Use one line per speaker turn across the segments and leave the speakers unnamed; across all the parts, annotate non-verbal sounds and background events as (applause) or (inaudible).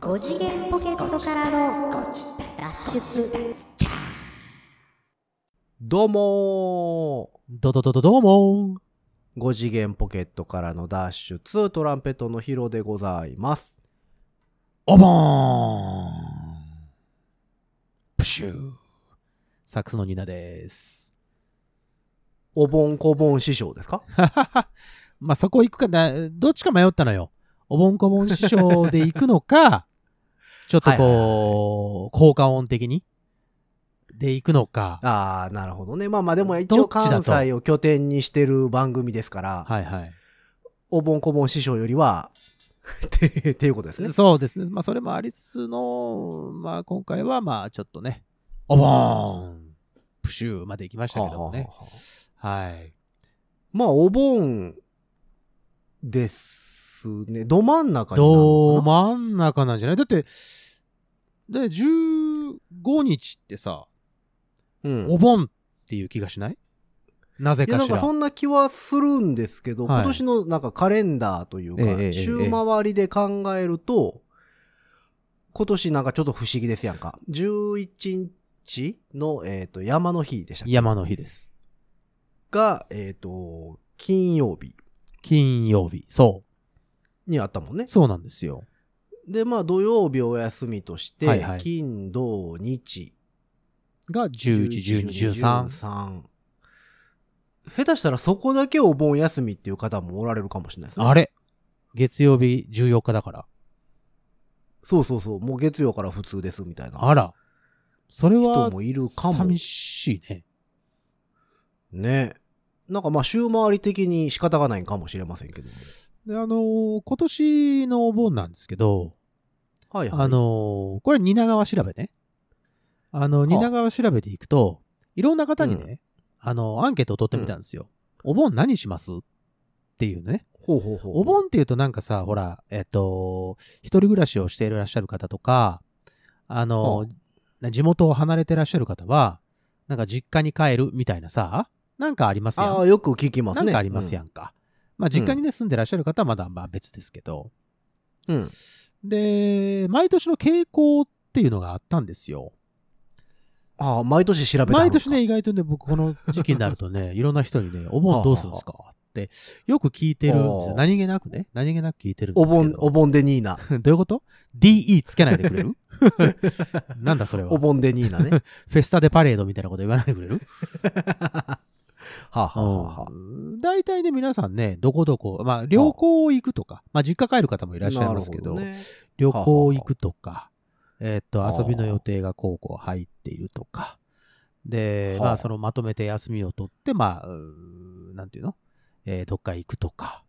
5次元ポケットからの脱出
どうも
どどどどどうも
ー !5 次元ポケットからの脱出、トランペットのヒロでございます。
おぼーんプシューサックスのニナです。
おぼんこぼん師匠ですか
ははは (laughs) まあ、そこ行くかな、どっちか迷ったのよ。おぼんこぼん師匠で行くの (laughs) か、ちょっとこう、効果音的にで行くのか。
あー、なるほどね。まあまあでも一
ど
応
っち
関
だと
西を拠点にしてる番組ですから、
はいはい。
おぼんこぼん師匠よりは、 (laughs) って、っていうことですね。
そうですね。まあ、それもありつつの、まあ、今回はまあ、ちょっとね、おぼーんプシューまで行きましたけども
はあ
ね。
はあはあ
はい。
まあ、お盆ですね。ど真ん中になるの
ど
かな
真ん中なんじゃないだって、で、15日ってさ、
うん
お盆っていう気がしないなぜ
いや
か
なん
し。
からそんな気はするんですけど、
はい
今年のなんかカレンダーというか、
ええええ
週回りで考えると、今年なんかちょっと不思議ですやんか。11日の、えー、と山の日でしたっけ
山の日です。
が、えっ、と、金曜日
金曜日。そ
にあったもんね
う。。そうなんですよ。
で、まあ土曜日お休みとして、
はいはい
金、土、日、
が11、12、13。
13下手したらそこだけお盆休みっていう方もおられるかもしれないですね。
あれ月曜日14日だから。
そうそうそう、もう月曜から普通ですみたいな。
あら。それは、
人もいるかも
寂しいね。
ねなんかまあ週回り的に仕方がないんかもしれませんけども。
で、あのー今年のお盆なんですけど、
はいはい。
あのーこれ、蜷川調べね。あの、蜷川調べていくと、いろんな方にね、あの、アンケートを取ってみたんですよ。お盆何しますっていうね。
ほうほうほう。
お盆っていうとなんかさ、ほら、えっと、一人暮らしをしていらっしゃる方とか、あの、地元を離れてらっしゃる方は、なんか実家に帰るみたいなさ、なんかありますやん
ああ、。よく聞きます
な
ね。
んかありますやんか。まあ、実家にね、住んでらっしゃる方はまだまあ別ですけど。
うん。うん。
で、毎年の傾向っていうのがあったんですよ。
ああ、毎年調べてはる
毎
んです
年
か
ね、、意外とね、僕この時期になると
(laughs)
ね、いろんな人にね、お盆どうするんですかって、よく聞いてるんです
ああ
よ。何気なくね、何気なく聞いてるんで
お
すけど。
盆、お盆でニー
(laughs)
ナ。
どういうこと ?DE つけないでく
(laughs)
れるなんだそれは。
お
フ
盆でニーナね。
ェスタでパレードみたいなこと言わないでくれる
はあ、はあはあはあ
うん大体ね、皆さんね、どこどこ、まあ、旅行行くとか、まあ、実家帰る方もいらっしゃいますけど、
なるほね
旅行行くとか、えーっ
はあ
と、遊びの予定がこうこう入っているとか、で、
はあ
まあ、そのまとめて休みを取って、まあ、うーなんていうのえーどっか行くとか、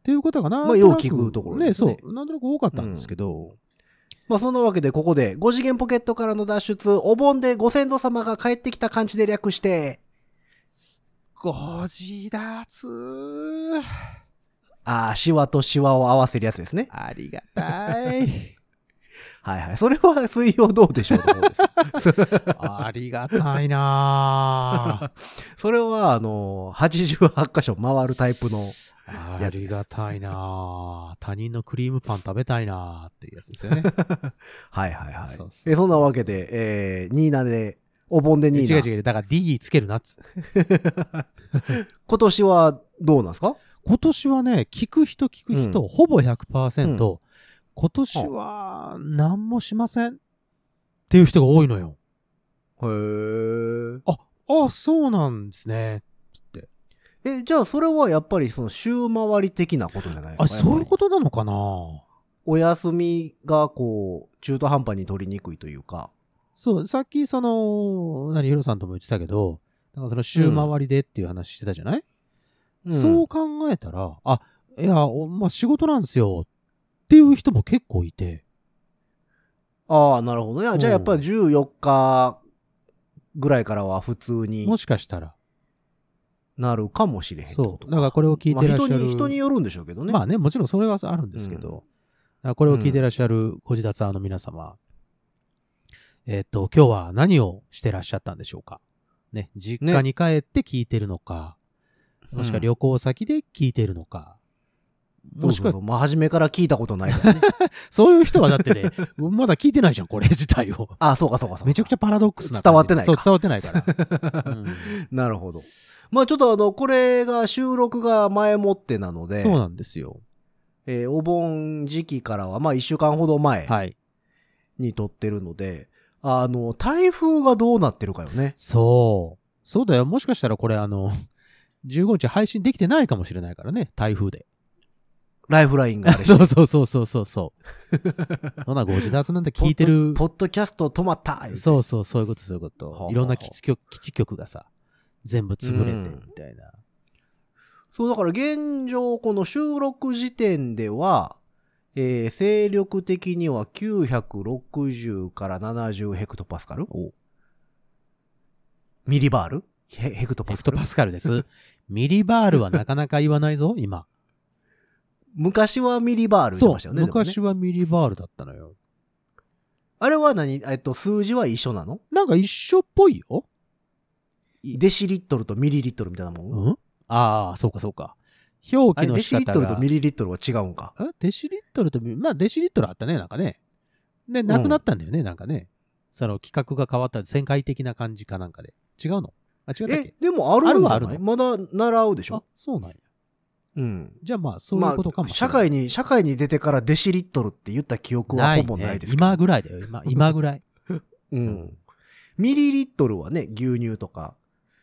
っていうことがな
まあ
なんとなく
よう聞くところですね
そう、なんとなく多かったんですけど、
まあそんなわけでここで5次元ポケットからの脱出、お盆でご先祖様が帰ってきた感じで略して、
ご自立
ああ、シワとシワを合わせるやつですね。
ありがたい
はいはい。それは水曜どうでしょうの方
(laughs)
です
(laughs) ありがたいなぁ
それは、あの、88箇所回るタイプの。
(laughs) ありがたいなぁ他人のクリームパン食べたいなぁっていうやつですよね。
はいはいはい。
そうそうそう
えそんなわけで、えー、ニーナで、お盆でニーナ。
違う違う。だから D つけるなっつ。
今年はどうなんですか
今年はね、聞く人聞く人、
う
ほぼ100%、
う
今年は何もしませんっていう人が多いのよ。
へー
あ、あ、そうなんですね。
え、じゃあそれはやっぱりその週回り的なことじゃないですか
あ、そういう
と
ことなのかな
お休みがこう、中途半端に取りにくいというか。
そう、さっきその、何、ヒロさんとも言ってたけど、なんかその週回りでっていう話してたじゃない、そう考えたら、あ、いや、おまあ、仕事なんですよっていう人も結構いて、
ああ、なるほどね。あじゃあやっぱ
うん
り14日ぐらいからは普通に
もしかしたら、
なるかもしれへんってこ
そ
と
う、だからこれを聞いてらっしゃ
まあ
る。
人に、人によるんでしょうけどね。
まあね、もちろんそれはあるんですけど、だからこれを聞いてらっしゃるご自立派の皆様、えっ、と、今日は何をしてらっしゃったんでしょうかね、実家に帰って聞いてるのか、もしくは旅行先で聞いてるのか、
もしかまあ、初めから聞いたことないから
(laughs)
ね。
そういう人はだってね、 (laughs) まだ聞いてないじゃん、これ自体を。
あ、そうかそうかそうか。
めちゃくちゃパラドックスな感じ。
伝わってないか
そう、伝わってない (laughs) から。うん
なるほど。まあちょっとあの、これが収録が前もってなので、
そうなんですよ。
えーお盆時期からはまあ1週間ほど前
はい。
に撮ってるので、あの、台風がどうなってるかよね。
そう。そうだよ。もしかしたらこれ、あの、15日配信できてないかもしれないからね、台風で。
ライフラインがあれ
(laughs) そうそうそうそうそうそう。そんなご自宅なんて聞いてる。
ポッドキャスト止まった言うて
そうそう、そういうこと、そういうこ
はあは
と。
あ
いろんな基地局基地局がさ、全部潰れてみたいな。
そう、だから現状、この収録時点では、えー、勢力的には960から70ヘクトパスカルミリバールヘヘクト
ヘ
パ
ク
スカ
ト
ル
パスカル (laughs) です。ミリバールはなかなか言わないぞ、今。
昔はミリバール言って
そう
ました、よね。でもね
昔はミリバールだったのよ。
あれは何えっと、数字は一緒なの
なんか一緒っぽいよ。い
デシリットルとミリリットルみたいなもん、
うんああ、そうかそうか。表
あれ
記の
デ
仕
シリッ
方
トルと
が
ミ。リリットルは違うんか。
あデシリットルとミリ、まあデシリットルあったね、なんかね。で、なくなったんだよね、なんかね。その企画が変わった、旋回的な感じかなんかで。違うのあ、違ったっ
え
け、
でもあるんじゃない
あるはある
まだ習うでし
あ
ょ、
そうなんや。
うん。
じゃあまあ、そういうことかもしれ
社
ない。
会に、社会に出てからデシリットルって言った記憶はほぼないですけど
今ぐらいだよ、今、今ぐ
(laughs)
らい。
うんミリリットルはね、牛乳とか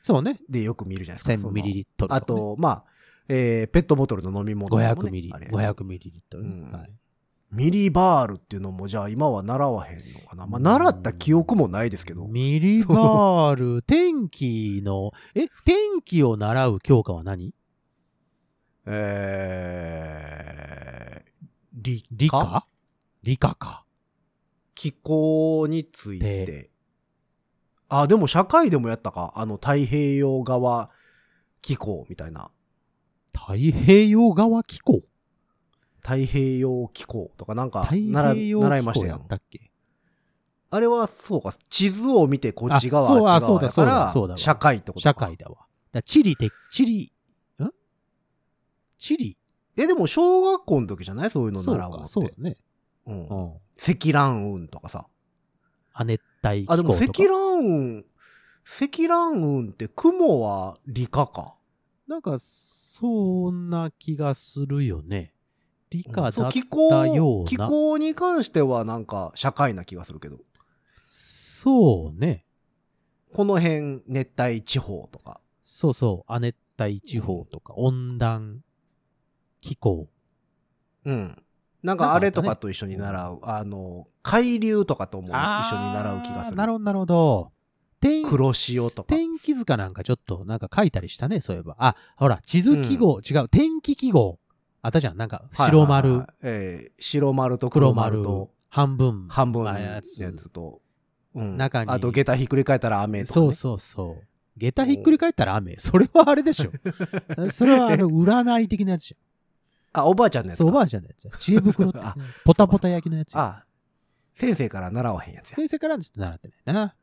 そうね。
でよく見るじゃないですか。そ
1000
の
ミリリットル、
あ、と、まあ、えーペットボトルの飲み物とかもね、
500ミリ、
あれ
500ミリリットルね、
うん
はい。
ミリバールっていうのも、じゃあ今は習わへんのかな。まあ、習った記憶もないですけど。
ミリバール、天気の、え、天気を習う教科は何
えー、理
理
科
科理科か。
気候につい
で
て。あ、でも社会でもやったか。あの、太平洋側気候みたいな。
太平洋側気候
太平洋気候とかなんか
太
習
平
い
洋
習い
気
まし
候
た
や
よ
っ。たっけ
あれはそうか、地図を見てこっち
あそう
側、あっち側
あ
だ
そう
か
だそうだそうだ
ら、社会ってことか
社。会だわ。だから地理的、地理、ん地理
え、でも小学校の時じゃないそういうの
そう
習うの
か、
って。
そうだね。
うん
う。ん。
積乱雲とかさ。
亜熱帯気
あ、
候
で
と
も
か。
積乱雲、積乱雲って雲は理科か。
なんか、そんな気がするよね。理科
そ
だ
う
っ
気
た
候、
ような。
気候に関してはなんか社会な気がするけど。
そうね。
この辺、熱帯地方とか。
そうそう。亜熱帯地方とか、温暖気候。
うん。なん
なんか
か
あ
あ
ったね
れとかと一緒に習う、あの、海流とかとも一緒に習う気がす
あー
る。
なるほど、なるほど。天
黒潮とか。
天気図かなんかちょっとなんか書いたりしたね、そういえば。あ、ほら、地図記号、違う、天気記号。あったじゃん、なんか、白丸、
はいはいはいえー白丸と
黒
黒丸
丸
と、
半分。
半分
あ
の
や
や
つ
つと、うん
中に
あと、下駄ひっくり返ったら雨とか、ね。
そうそうそう。下駄ひっくり返ったら雨。それはあれ
(laughs)
でしょ。それはあの、占い的なやつじ
あ、おばあちゃんの
ゃん。
やつ
そう、おば
か。
あちゃんのやつや。知恵袋って
(laughs) あ。
ポタポタ焼きのやつや。
あ、先生から習わへんやつや。
先生からちょっと習ってないな。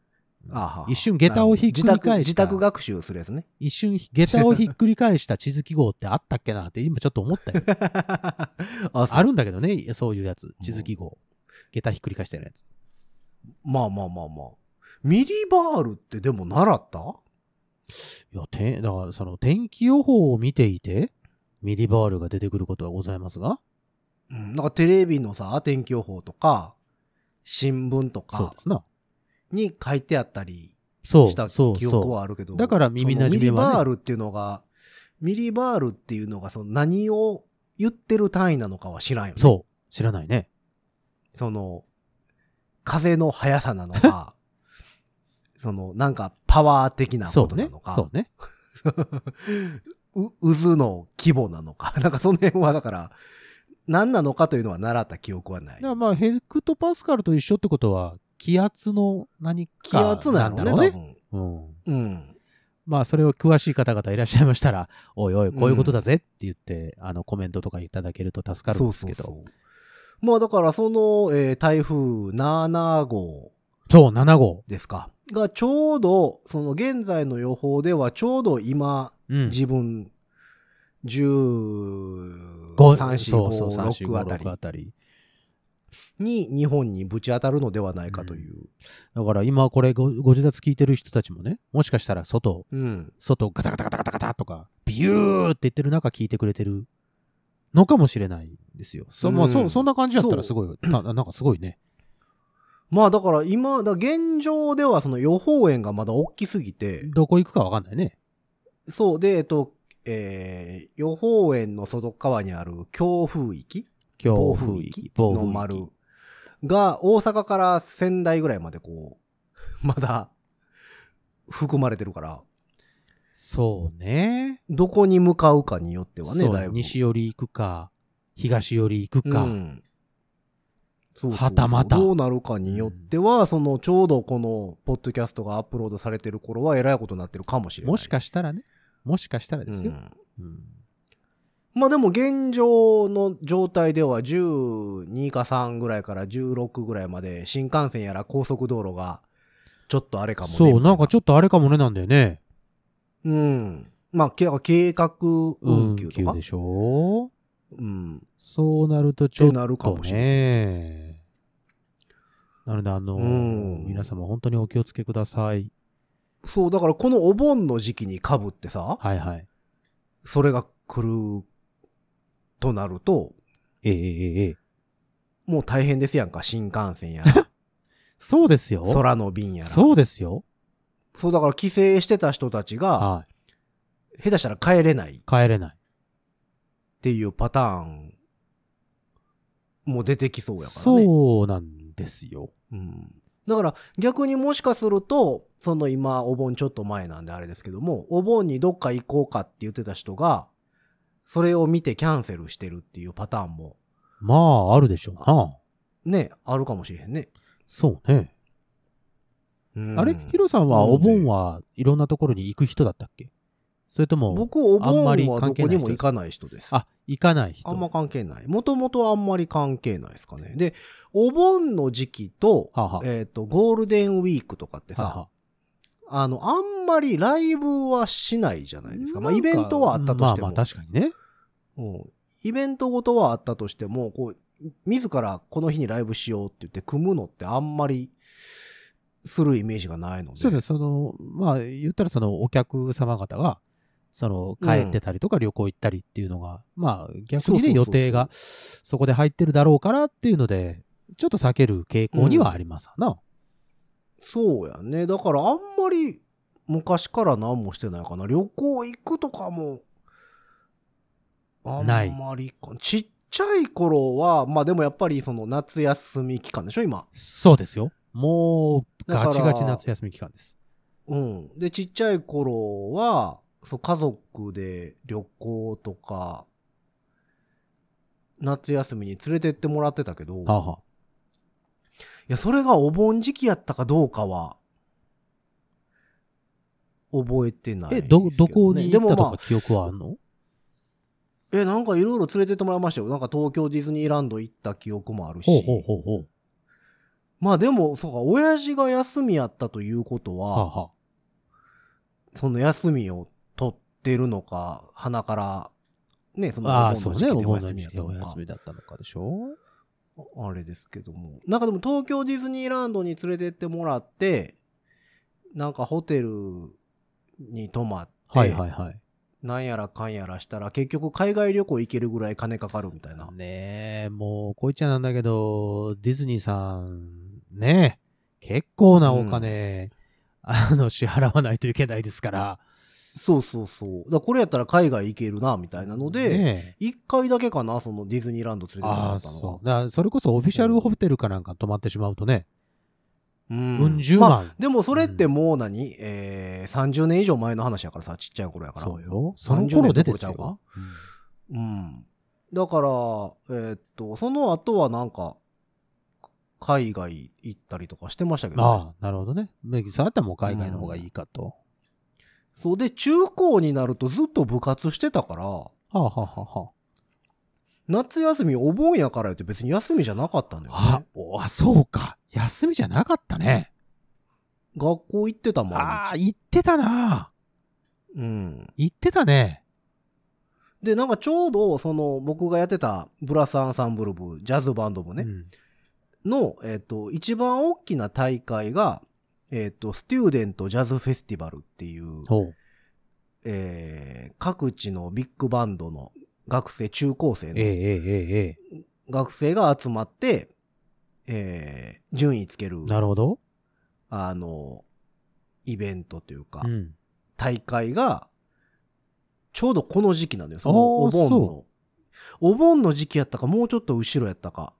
あはは
一瞬下駄をひっくり返した
なるほど自宅自宅学習するやつね。
一瞬、下駄をひっくり返した地図記号ってあったっけなって今ちょっと思った
(laughs)
よ。
あそう
あるんだけどね、そういうやつ。地図記号。下駄ひっくり返したようなやつ。
まあまあまあまあ。ミリバールってでも習った
いや、て、だからその天気予報を見ていて、ミリバールが出てくることはございますが、
うん、なんかテレビのさ、天気予報とか、新聞と
そう
か
ですな。
に書いてあったり
そう、
した
そう、
記憶
そ
はあるけど、
だから耳馴染みは
そ
ね
のミリバールっていうのが、ミリバールっていうのがその何を言ってる単位なのかは知らんよ
う。
ね。
そう、知らないね。
その、風の速さなの
(laughs)
か、その、なんかパワー的な
そ
こ
う
とな
ね
の。か、
そうね。
う渦の規模なのか、 (laughs) なんかその辺はだから、何なのかというのは習った記憶はな
だ
い
か。らまあ、ヘクトパスカルと一緒ってことは、気圧の何
気
か
圧なのね、
んだ
多
ろうね。
分。
うん。
うん。
まあ、それを詳しい方々いらっしゃいましたら、 (laughs) おいおい、こういうことだぜって言って、あの、コメントとかいただけると助かるんですけど。
そ
そう
うそうそうまあだからその、えー台風7号
7号。
ですか。がちょうど、その現在の予報ではちょうど今、
うん。
自分、15
ご
3、4
そうそう
5
3 4
6あたり
6あたり。
に日本にぶち当たるのではないかという。
だから今これごご自宅聞いてる人たちもね、もしかしたら外、
うん。
外ガタガタガタガタガタとか、ビューって言ってる中聞いてくれてるのかもしれないんですよ。そ,、まあ、
う
そ
ん
そんな感じだったらすごい、たなんかすごいね。
まあだから今、だから現状ではその予報円がまだ大きすぎて、
どこ行くかわかんないね。
そうで、えっと、えー、予報円の外側にある強風域
強
暴
風
風
域
域、
暴
の
風域
丸。が大阪から仙台ぐらいまでこう、 (laughs) まだ含まれてるから、
そうね。
どこに向かうかによっては
そ
ね、
う
だいぶ。
西寄り行くか、東寄り行くか。
うんそうそうそう
はたまた
どうなるかによっては、そのちょうどこのポッドキャストがアップロードされてる頃はえらいことになってるかもしれない。
もしかしたらね。もしかしたらですよ
う。ん
うん
まあでも現状の状態では12か3ぐらいから16ぐらいまで新幹線やら高速道路がちょっとあれかもね。
そう、なんか
ょ
ちょっとあれかもねなんだよね。
うん。まあけ計画運休と
急
か
で。しょ
うん。
そうなるとちょっ
ってなるか
と
もしれない
ね。なので、あの、
うん
皆様本当にお気をつけください。
そう、だからこのお盆の時期に被ってさ、
はいはい。
それが来るとなると、
ええええええ。
もう大変ですやんか、新幹線やら、
そうですよ。
空の便やら。
そうですよ。
そう、だから帰省してた人たちが、
はい。
下手したら帰れないっ
帰れない。
ていうパターン、もう出てきそうやからね。
そうなんですよ。
うん。だから逆にもしかすると、その今、お盆ちょっと前なんであれですけども、お盆にどっか行こうかって言ってた人が、それを見てキャンセルしてるっていうパターンも、
まあ、あるでしょうな。
ね、あるかもしれへんね。
そうね。
うん
あれヒロさんは
なの
お
で
盆はいろんなところに行く人だったっけそれとも、
僕、お
あん
盆
ま
は
り
ど
関係
こ
ない人
にも行かない人です。
あ、行かない人。
あんま関係ない。もともとあんまり関係ないですかね。で、お盆の時期と、
はあはあ
えっ、と、ゴールデンウィークとかってさ、
はあはあ
あの、あんまりライブはしないじゃないですか。まあ、
なん
イベントはあったとしても、
まあまあ、確かにね。
うんイベントごとはあったとしても、こう、自らこの日にライブしようって言って組むのってあんまりするイメージがないので。
そうです。その、まあ、言ったらそのお客様方が、その、帰ってたりとか旅行行ったりっていうのが、まあ、逆
そうそ
に
うそうそ
ね、
う
予定が、そこで入ってるだろうからっていうので、ちょっと避ける傾向にはありますわな。
そうやね。だからあんまり昔から何もしてないかな。旅行行くとかも、あん
ない
まりか。ちっちゃい頃は、まあでもやっぱりその夏休み期間でしょ、今。
そうですよ。もう、
だから
ガチガチ夏休み期間です。
うん。で、ちっちゃい頃は、そう、家族で旅行とか、夏休みに連れてってもらってたけど、い
はあはあ
や、それがお盆時期やったかどうかは、覚えてないで
え、
すけど
ど
ね、、
どこに行った
でも
と
まあ
か記憶はあるの
え、なんかいろいろ連れてってもらいましたよ。なんか東京ディズニーランド行った記憶もあるし。
ほうほうほうほう。
まあでも、そうか、親父が休みやったということは、
はあはあ。
その休みを取ってるのか、鼻から、ね、その
ああ、
お
そう
盆の
ね。
時
お
期でお
盆の
休みやったのか
時期でお休みだったのかでしょ
あれですけども。なんかでも東京ディズニーランドに連れてってもらって、なんかホテルに泊まって、
はいはいはい。
なんやらかんやらしたら、結局海外旅行行けるぐらい金かかるみたいな。
ねえ、もう、こいちゃなんだけど、ディズニーさん、ねえ、結構なお金、あの、支払わないといけないですから。
そうそうそう。だからこれやったら海外行けるな、みたいなので、
ねえ
一回だけかな、そのディズニーランド連れてっても
あ
ら
あ、
ったのは
そう。だからそれこそオフィシャルホテルかなんか泊まってしまうとね、
うん
うん、十
まあ
万。
でもそれってもう何、えー、30年以上前の話やからさ、ちっちゃい頃やから。
そうよ。その頃でです
30年どこ
よ。
うん。だから、えーっと、その後はなんか、海外行ったりとかしてましたけど、ね、
ああ、なるほどね。ねそうやったらもう海外の方がいいかと。
そうで、中高になるとずっと部活してたから、
はあはあはあは
夏休みお盆やから言って別に休みじゃなかったんだよ
あ。
ね
あ。、おあ、そうか。休みじゃなかったね。
学校行ってたもん。
ああ、行ってたな。
うん。
行ってたね。
で、なんかちょうど、その、僕がやってたブラスアンサンブル部、ジャズバンド部ね、
うん
の、えっ、と、一番大きな大会が、えっ、と、ステューデントジャズフェスティバルっていう、
ほう。
えー各地のビッグバンドの学生、中高生
ええ
の
えええええ
学生が集まって、えー順位つける
え、なるほど。
あの、イベントというか
う、ん。
大会が、ちょうどこの時期なんだよ。そ
あー
のお盆の
そ。
お盆の時期やったか、もうちょっと後ろやったか、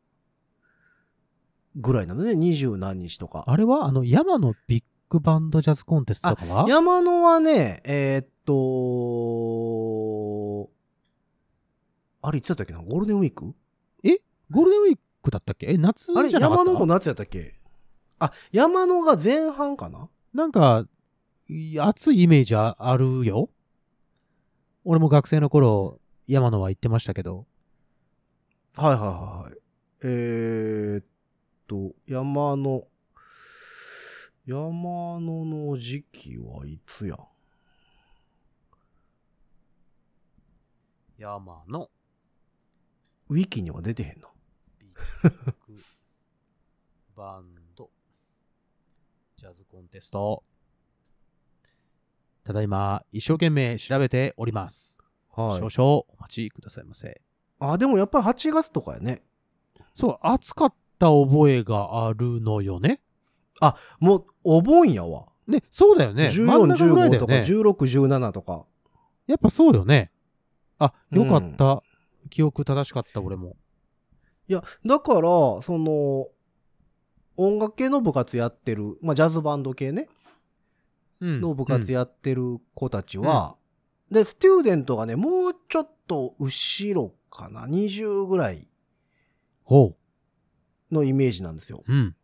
ぐらいなのね。二十何日とか。
あれは、あの、山のビッグバンドジャズコンテストとかは
山野はね、えーっと、あれいつやったっけなゴールデンウィーク
ゴールデンウィークだったっけえ、夏じゃ
あれ
なか
山
った
野も夏やったっけあ、山野が前半かな
なんか、い熱いイメージああるよ。俺も学生の頃、山野は行ってましたけど。
はいはいはいはい。えー、っと、山の、山のの時期はいつや
山野
ウィキには出てへんな。
ビッグバンドジャズコンテスト。ただいま、一生懸命調べております。
はい。
少々お待ちくださいませ。
あ、でもやっぱり8月とかやね。
そう、暑かった覚えがあるのよね。
もう、お盆やわ。
ね、そうだよね。真ん
14、
中ぐらいだ
15
よ
とか、
ね。
16、17とか。
やっぱそうよね。あ、よかった。
う
記憶正しかった、俺も。
いや、だから、その、音楽系の部活やってる、まあ、ジャズバンド系ね、
うん
の部活やってる子たちは、で、ステューデントがね、もうちょっと後ろかな、20ぐらい
ほ
のイメージなんですよ。
う。うん。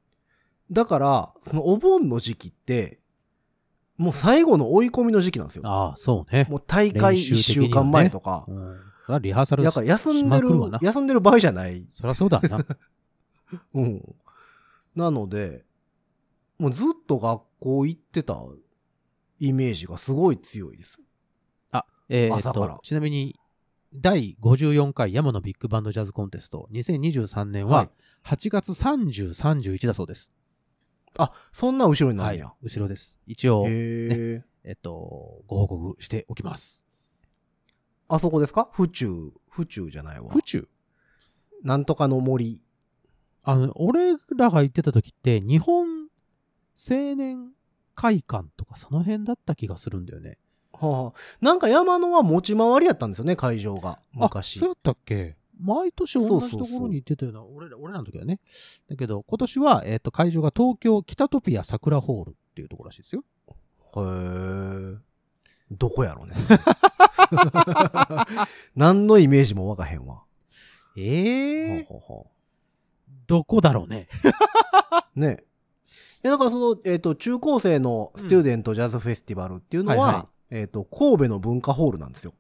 だから、そのお盆の時期って、もう最後の追い込みの時期なんですよ。
ああ、そうね。
もう大会1週間前とか
う。ん。そりゃリハーサル
だから休んで
しま
る
くるわな、
休んでる場合じゃない。
そりゃそうだな。
うん。なので、もうずっと学校行ってたイメージがすごい強いです。
あ、えー
朝
っ
から
と、ちなみに、第54回山のビッグバンドジャズコンテスト2023年
はい
は8月30、31だそうです。
あ、そんな後ろにな
は
るん
い
や。。
後ろです。一応、
へえ。
えっと、ご報告しておきます。
あそこですか府中、府中じゃないわ
府。中
なんとかの森。
あの、俺らが行ってた時って、日本青年会館とかその辺だった気がするんだよね。
はあ、なんか山野は持ち回りやったんですよね、会場が。
あ、
昔
そう。やったっけ毎年同じ
そうそ
と
うそう
ころに行ってたような、俺ら、俺らの時はね。だけど、今年は、えっ、と、会場が東京北トピア桜ホールっていうところらしいですよ。
へえ。どこや
(laughs)
ろね。 (laughs) 何のイメージもわかへんわ。
ええ
はあはあ
どこだろうね。
ね。いやだからその、えっ、と、中高生のスチューデントジャズフェスティバルっていうのは、
はいは
えっ、と、神戸の文化ホールなんですよ。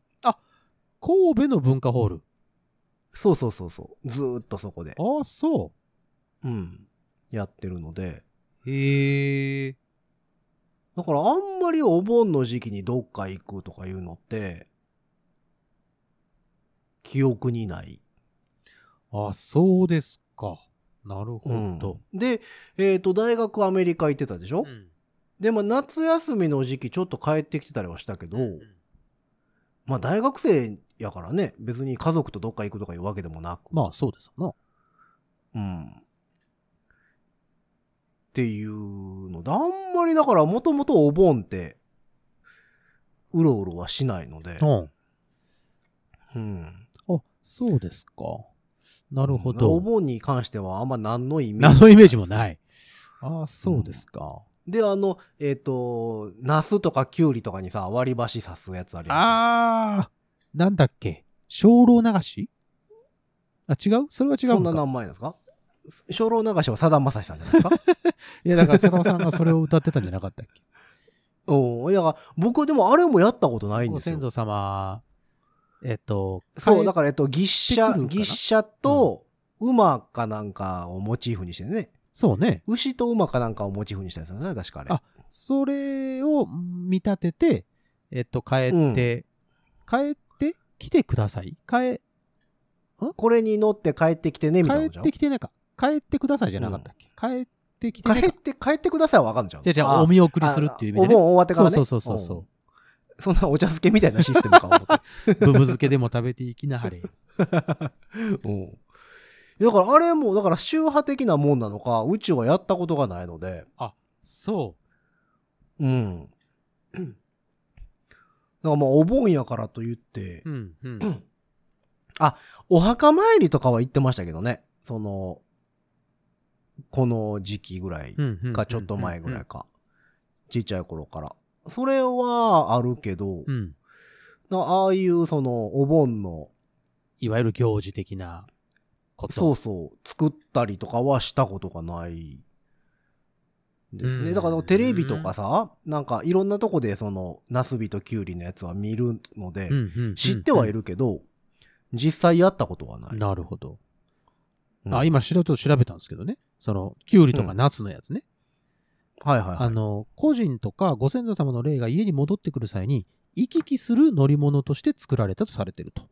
神戸の文化ホール。
そうそうそうそう。ずーっとそこで。
ああ、そ
うん。やってるので。
う。へえ。
だからあんまりお盆の時期にどっか行くとかいうのって、記憶にない。
あ、そうですか。なるほど。
で、えっ、と、大学アメリカ行ってたでしょ、
ん。
で、まあ夏休みの時期ちょっと帰ってきてたりはしたけど、まあ大学生やからね、別に家族とどっか行くとかいうわけでもなく。
まあ、そうですよ
う
な。
ん。っていうので、あんまりだからもともとお盆って、うろうろはしないので。
うん。
うん。
あ、そうですか。なるほ
お
ど。
盆に関してはあんま何の意味
何のイメージもない。ああ、そうですか。
で、あの、えっ、と、ナスとかキュウリとかにさ、割り箸刺すやつあるやんか
ああ、なんだっけ。精霊流しあ、違うそれは違
そ
うんの
な
か。
名前ですか精霊流しはさだまさしさんじゃないですか
(laughs) いや、だから、佐藤さんがそれを歌ってたんじゃなかったっけ。
うん。いや、僕でもあれもやったことないん
ご
ですよ
先。祖様、えっと、
そう、
帰
だから、えっと、牛車
帰ってくる、かな
牛車と馬かなんかをモチーフにしてね。
そうね。
牛と馬かなんかをモチーフにしたやつなんですね、確かあれ。
あそれを見立てて、えっと、変えて、変えて、来てください。帰、
これに乗って帰ってきてね、みたいな
帰
こと
っ
じ
てきてねか。帰ってくださいじゃなかったっけ、帰ってきて
ゃん
ね
帰っ
か。
て、帰ってくださいはわかんじゃん。
じゃあじゃあ
あ
お見送りするっていう意味
あお
でね。
盆終わってか
そ
ら
う
ね。
そうそうそうそう。
うんそんなお茶漬けみたいなシステムか思って。
ぶぶ漬けでも食べていきなはれ。
うんだからあれも、だから宗派的なもんなのか、宇宙はやったことがないので、
そ
うん。だからまあお盆やからと言って
う。、うん、うん。
お墓参りとかは行ってましたけどね。その、この時期ぐらい
うん。
か、ちょっと前ぐらい。か。ちっちゃい頃から。それはあるけど、
うん。
なああいうそのお盆の、
いわゆる行事的なこと。
そうそう、作ったりとかはしたことがないです
う
ね。
ん
だからテレビとかさ、なんかいろんなとこでその、ナスビとキュウリのやつは見るので、
うんうんうん
知ってはいるけど、実際やったことはない。
なるほど。
うん
あ、今、白と調べたんですけどね。その、キュウリとかナスのやつね。
はいはいはい。
あの、個人とかご先祖様の霊が家に戻ってくる際に、行き来する乗り物として作られたとされてると。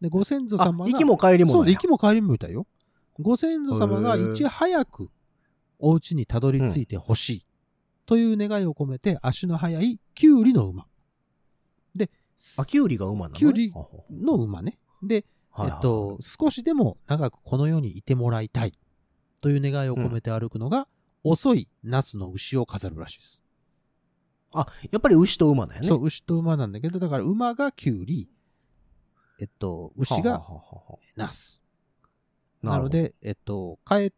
で、ご先祖
あ
様が。
行きも帰りも
そう
なん
で、
や
行きも帰りもみたいよ。ご先祖様が
へー
いち早くお家にたどり着いてほしいという願いを込めて、足の速いキュウリの馬。で、
あ、キュウリが馬なのね
キュウリ
ほうほう
の馬ね。で、
はいはい
えっと、少しでも長くこの世にいてもらいたいという願いを込めて歩くのが、遅い夏の牛を飾るらしいです。
あ、やっぱり牛と馬だよね。
そう、牛と馬なんだけど、だから馬がキュウリ、えっと、牛
はあ
が
はあはあは
ナス。
あ
なの、で、えっと、帰、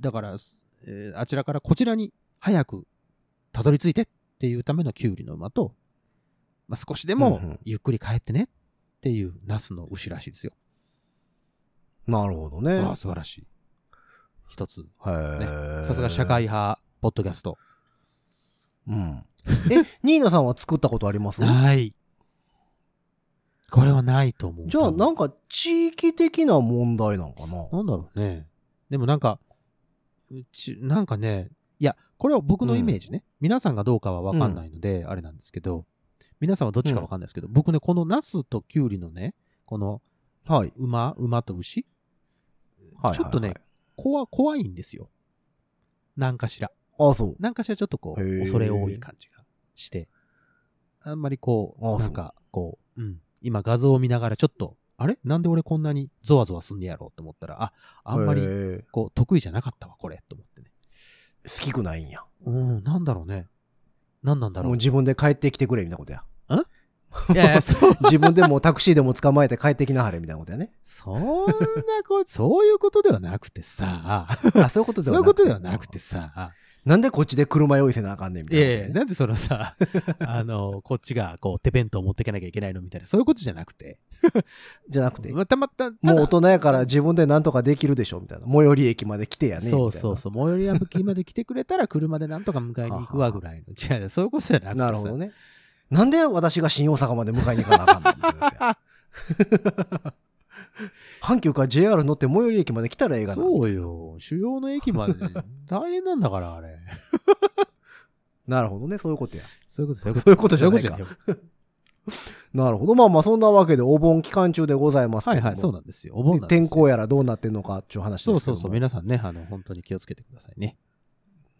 だから、すえーあちらからこちらに早くたどり着いてっていうためのキュウリの馬と、まあ、少しでも
うんうん
ゆっくり帰ってねっていうナスの牛らしいですよ。
なるほどね。
わあ素晴らしい。一つ。ね
へえ
さすが社。会派、ポッドキャスト。
うん。え、 (laughs) ニーナさんは作ったことあり
(laughs)
ます
ない。これはないと思う。
じゃあ、な
多
んか地域的な問題なんかな
分なんだろうね。でもなんか、うち、なんかね、いや、これは僕のイメージね。皆さんがどうかはわかんないので、あれなんですけど、皆さんはどっちかわかんないですけど、僕ね、このナスとキュウリのね、この
はい。
馬、馬と牛、
はい。
ちょっとね
はい
怖、怖いんですよ。なんかしら。
はい。あ、そう。
なんかしらちょっとこ
へー
う、恐れ多い感じがして、あんまりこ
あ
う、
あ
なんかこう、うん、今画像を見ながらちょっと、あれなんで俺こんなにゾワゾワすんねやろうと思ったら、あ、あんま
へ
り
え好
こう、得意じゃなかったわ、これ、と思ってね。
きくないんや。
うん、なんだろうね。なんなんだ
も
ろ
う
う。
自分で帰ってきてくれ、みたいなことや。
いやいや、そう、
自分でもタクシーでも捕まえて帰ってきなはれ、みたいなことや
(laughs)
ね。
そんなこ、そういうことではなくてさ、
あ、そういうことで
そ
は
う
な
いう
く
こと
て。
ではなくてさ、
なんでこっちで車用意せなあかんねんみたいなことや
え
ね。
えなんでそのさ、あの、こっちがこう、手弁当持っていかなきゃいけないのみたいな、そういうことじゃなくて、
じゃなくて。
またまた、ただ
もう大人やから自分でなんとかできるでしょみたいな。最寄り駅まで来てやね。
そうそう
う。
そう。最寄り駅まで来てくれたら車でなんとか迎えに行くわぐらい
(laughs)
の。違う違う、そういうことじゃなくてさ。
なるほどね。なんで私が新大阪まで迎えに行かなあかんのみたいなやつや阪急から JR 乗って最寄り駅まで来たらええがな。
そうよ。主要の駅まで大変なんだから、あ
(laughs)
れ。
なるほどね。そういうことや。
そういうこと、そういうこ。
そういうこととじゃない
そう
か
う。ことじゃ
なるほど。まあまあ、そんなわけでお盆期間中でございます
な
け
い
ども。
よはいはい、そうなんですよ。お盆なんです
天
よ
候やらどうなってんのかっていう話
そ
で
う
すけ
そ
ども
うそう。皆さんね、あの、本当に気をつけてくださいね。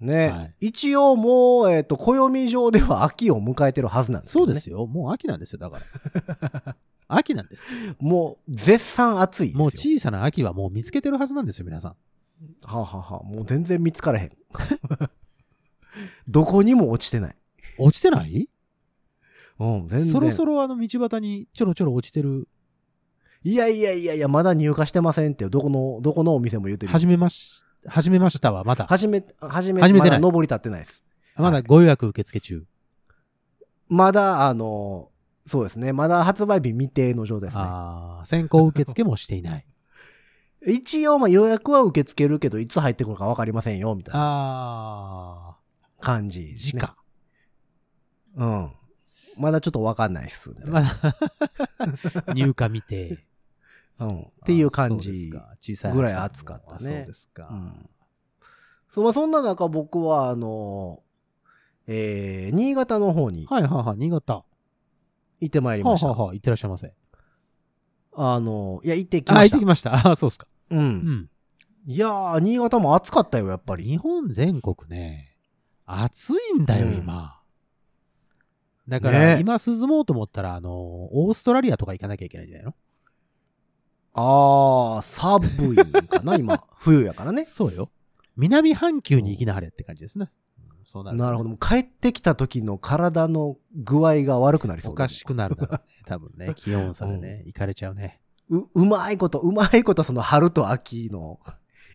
ね、
はい
一応もう、えっ、と、暦上では秋を迎えてるはずなんですけ
そ
ど
う
ね。
ですよ。もう秋なんですよ、
(laughs)
だから。秋なんです。
もう、絶賛暑いですよ。
もう小さな秋はもう見つけてるはずなんですよ、皆さん。
はあ、はあはあ、もう全然見つからへん。 (laughs) どこにも落ちてない。
落ちてない
うん、全然。
そろそろあの道端にちょろちょろ落ちてる、
いやいやいやいや、まだ入荷してませんって、どこの、どこのお店も言ってる。
始めまし、始めましたわ、まだ。
始め、始め、
始めてない
まだ上り立ってないです。
まだご予約受付中。
まだ、あの、そうですね。まだ発売日未定の状態ですね。
ああ、先行受付もして
(laughs)
いない。
一応、まあ予約は受け付けるけど、いつ入ってくるかわかりませんよ、みたいな
ああ、
感じで
時
すね、
価。
うん。まだちょっとわかんないっす。みたいな
(laughs) まあ (laughs) 入荷見て。
うん。っていう感
あーそうです
じ。
か小さい
ぐらい暑かったね
あそうですか。
うんそまあ、そんな中僕はあのえー新潟の方に、
はいはいはい、新潟。
行ってまいり
は
ま
あ
した。
はあはあ、いってらっしゃいませ。
あの、いや、行ってき
あ、
ま
行っ
してた。
きました。 (laughs) あ、そうっすか。
う。
うんん。
いやー、新潟も暑かったよ、やっぱり。
日本全国ね、暑いんだよ、
うん
今。だから、
ね
今涼もうと思ったら、あの、オーストラリアとか行かなきゃいけないんじゃないの
あー、寒いんかな、 (laughs) 今。冬やからね。
そうよ。南半球に行きなはれって感じですね。うんそうなるとね。
なるほど。もう帰ってきた時の体の具合が悪くなりそう
お
だ
かしくなるだ (laughs) ろうね。多分ね、気温差でね、行かれちゃうね。
う、うまいこと、うまいこと、その春と秋の、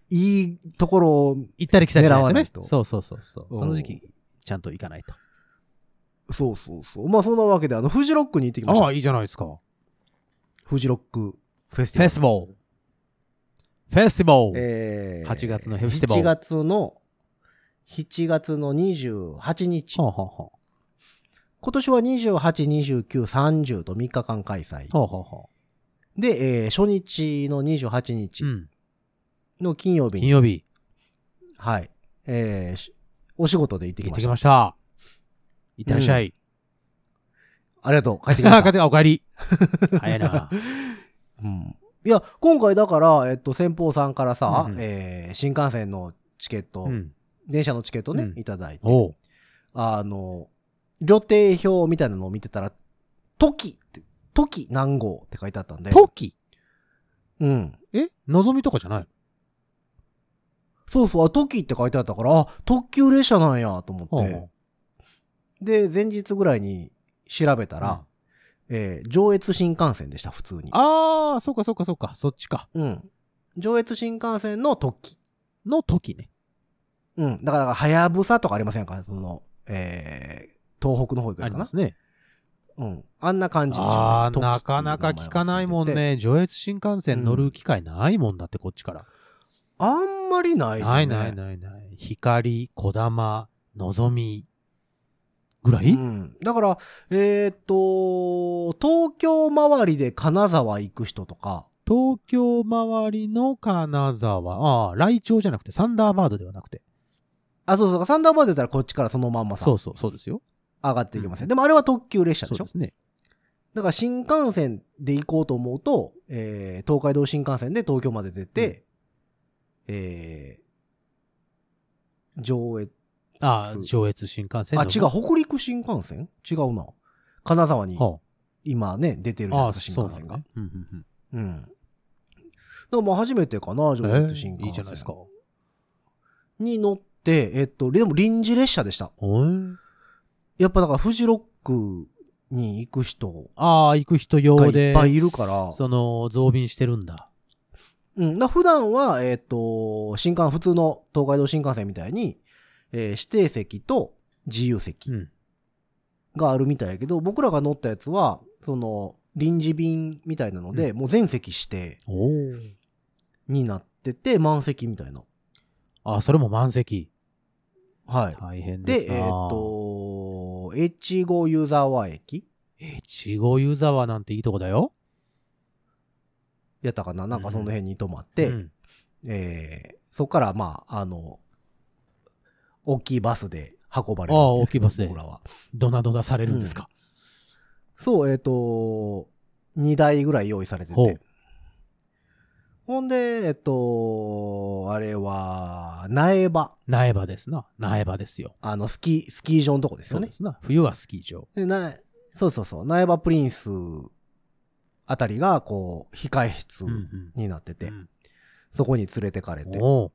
いいところを、
行ったり来たりしないと
狙わな
ね
い。と
そうそうそうそう。その時期
う、
ちゃんと行かないと。
そうそうそう。まあ、そんなわけで、あの、フジロックに行ってきました。
いいじゃないですか。
フジロックフェスティ
フ
バ
ェ
ル。
スティバル。フェスティバル。
えー
8月のフェスティバル
7月の、7月の28日。
ほうほうほう。
今年は28、29、30と3日間開催。
ほうほうほ
で、えー初日の28日
う。うん。
の金曜日
金
に、
曜日、
はい、えーしお仕事で行ってき
行っ
ま
て
し
き
た。
ました。行ってらっしゃい。
ありがとう。帰ってきま
あ、
し
か
た。
てお帰り。 (laughs) 早いな。
うん、いや、今回だから、えっと、先方さんからさ、
うんうん
えー新幹線のチケット、
(laughs) うん。
電車のチケットね、
うん
いただいて、
おう。
あの、旅程表みたいなのを見てたら、トキって、トキ何号って書いてあったんで。
トキ
うん。
えのぞみとかじゃない
そうそう、あ、トキって書いてあったから、あ、特急列車なんやと思
ほう
って。
ほ
で、前日ぐらいに調べたら、えー上越新幹線でした、普通に
う。あー、そうかそうかそうか。そっちか。
うん。上越新幹線の特急。
の時ね。
うん。だから、はやぶさとかありませんかその、えー東北の方行く
あ
やつ
り
か
ま
な。
すね。
うん。あんな感じでしょうね
あー
特急
なかなか聞かないもん。ね。上越新幹線乗る機会ないもんだって、こっちから。
あんまりないです
な
ね。
いないないない。光、こだま、のぞみ、ぐらい、
うん。だから、えーっと、東京周りで金沢行く人とか、
東京周りの金沢、ああ、雷鳥じゃなくて、サンダーバードではなくて。
あ、そうそう、サンダーバードやったらこっちからそのまんまさ、
そう
上
そう、そうですよ。
がっていきますね。
うん
でもあれは特急列車で
そう
しょ
ですね。
だから新幹線で行こうと思うと、えー東海道新幹線で東京まで出て、えー上越、
ああ
そう、
上越新幹線
あ、
の。
違う、北陸新幹線違うな。金沢に
は
今ね、出てるじ
あ、
ゃ
あ
ない
あ
ですか、
そう
新幹
なん
線
だ、
が。
ね。うんうん
うん。だからまあ初めてかな、上
うん。え
越
え
新幹線。
いいじゃないですか。
に乗って、えっと、でも臨時列車でした。
おい
やっぱだからフジロックに行く人
ああ、行く人
がい
用で。
っぱいいるから、
その、増便してるんだ。
うん。だから普段は、えっ、と、新幹、普通の東海道新幹線みたいに、えー指定席と自由席
ん。
があるみたいやけど、僕らが乗ったやつは、その、臨時便みたいなので、もう全席指定
おお。
になってて、満席みたいな。
ああ、それも満席。
はい。
大変で
で、
すな
えっ、と、越後湯沢駅
越後湯沢なんていいとこだよ。
やったかななんかその辺に泊まって、
うん
えーそこから、まあ、あの、大きいバスで運ばれるんですけど。
ああ大きいバスで
僕らは。
ドナドナされるんですか。
そう、えっ、と、2台ぐらい用意されて
ほ
て
う。
ほんで、えっ、と、あれは、苗場。
苗場ですな。苗場ですよ。
あの、スキー、スキー場のとこです
そ
よ
う
ね
で。すな。冬はスキー場。
でなそうそうそう。苗場プリンスあたりが、こう、控室
うん
になってて、
うん
そこに連れてかれて。
おう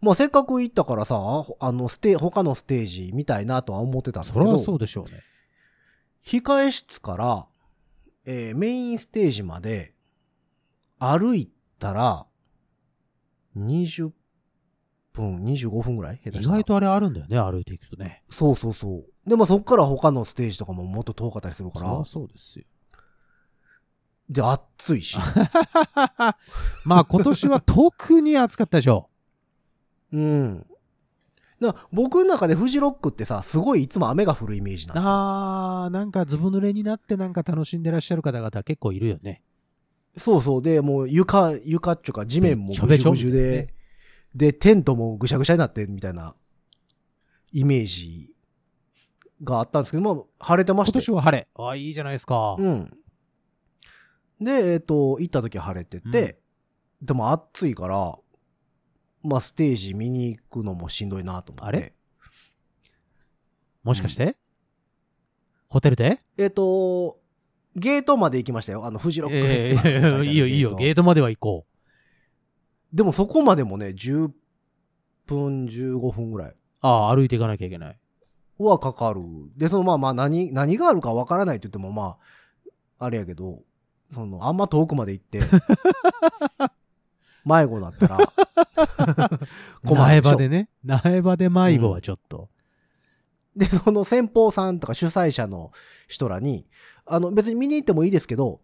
まあ、せっかく行ったからさ、ほあの、ステー他のステージ見たいなとは思ってたんです
そ
け
り
ど、
ゃそうでしょうね。
控室から、えーメインステージまで歩いたら、20分、25分ぐらい下手
意
したら
外とあれあるんだよね、歩いていくとね。
そうそうそう。で、まあ、そっから他のステージとかももっと遠かったりするか
そりゃ
ら、
そうですよ。
で、暑いし。
(laughs) まあ今年は特に暑かったでしょ
うん。だから僕の中でフジロックってさ、すごいいつも雨が降るイメージ
う。
なの。
(laughs) あー、なんかずぶ濡れになってなんか楽しんでらっしゃる方々結構いるよね。
そうそう。で、もう床、床っていうか地面もぐ
べち
じ
ょべちょ
ゅぐじゅで、で、テントもぐしゃぐしゃになってみたいなイメージがあったんですけども、晴れてました
今年は晴れ。ああ、いいじゃないですか。
うん。で、えっ、と、行った時は晴れてて、でも暑いから、まあ、ステージ見に行くのもしんどいなと思って。
あれもしかして、ホテルで
えっ、と、ゲートまで行きましたよ。あの、フジロックフェスティバル
え
の
えいいよいいよ、ゲー
ート。
トまでは行こう。
でもそこまでもね、10分、15分ぐらい
ああ、歩いていかなきゃいけない。
はかかる。で、そのまあまあ、何、何があるかわからないって言ってもまあ、あれやけど、その、あんま遠くまで行
(laughs)
って、迷子になったら、困
苗
るでし
場
ょ
でね。苗場で迷子はちょっと。
で、その先方さんとか主催者の人らに、あの、別に見に行ってもいいですけど、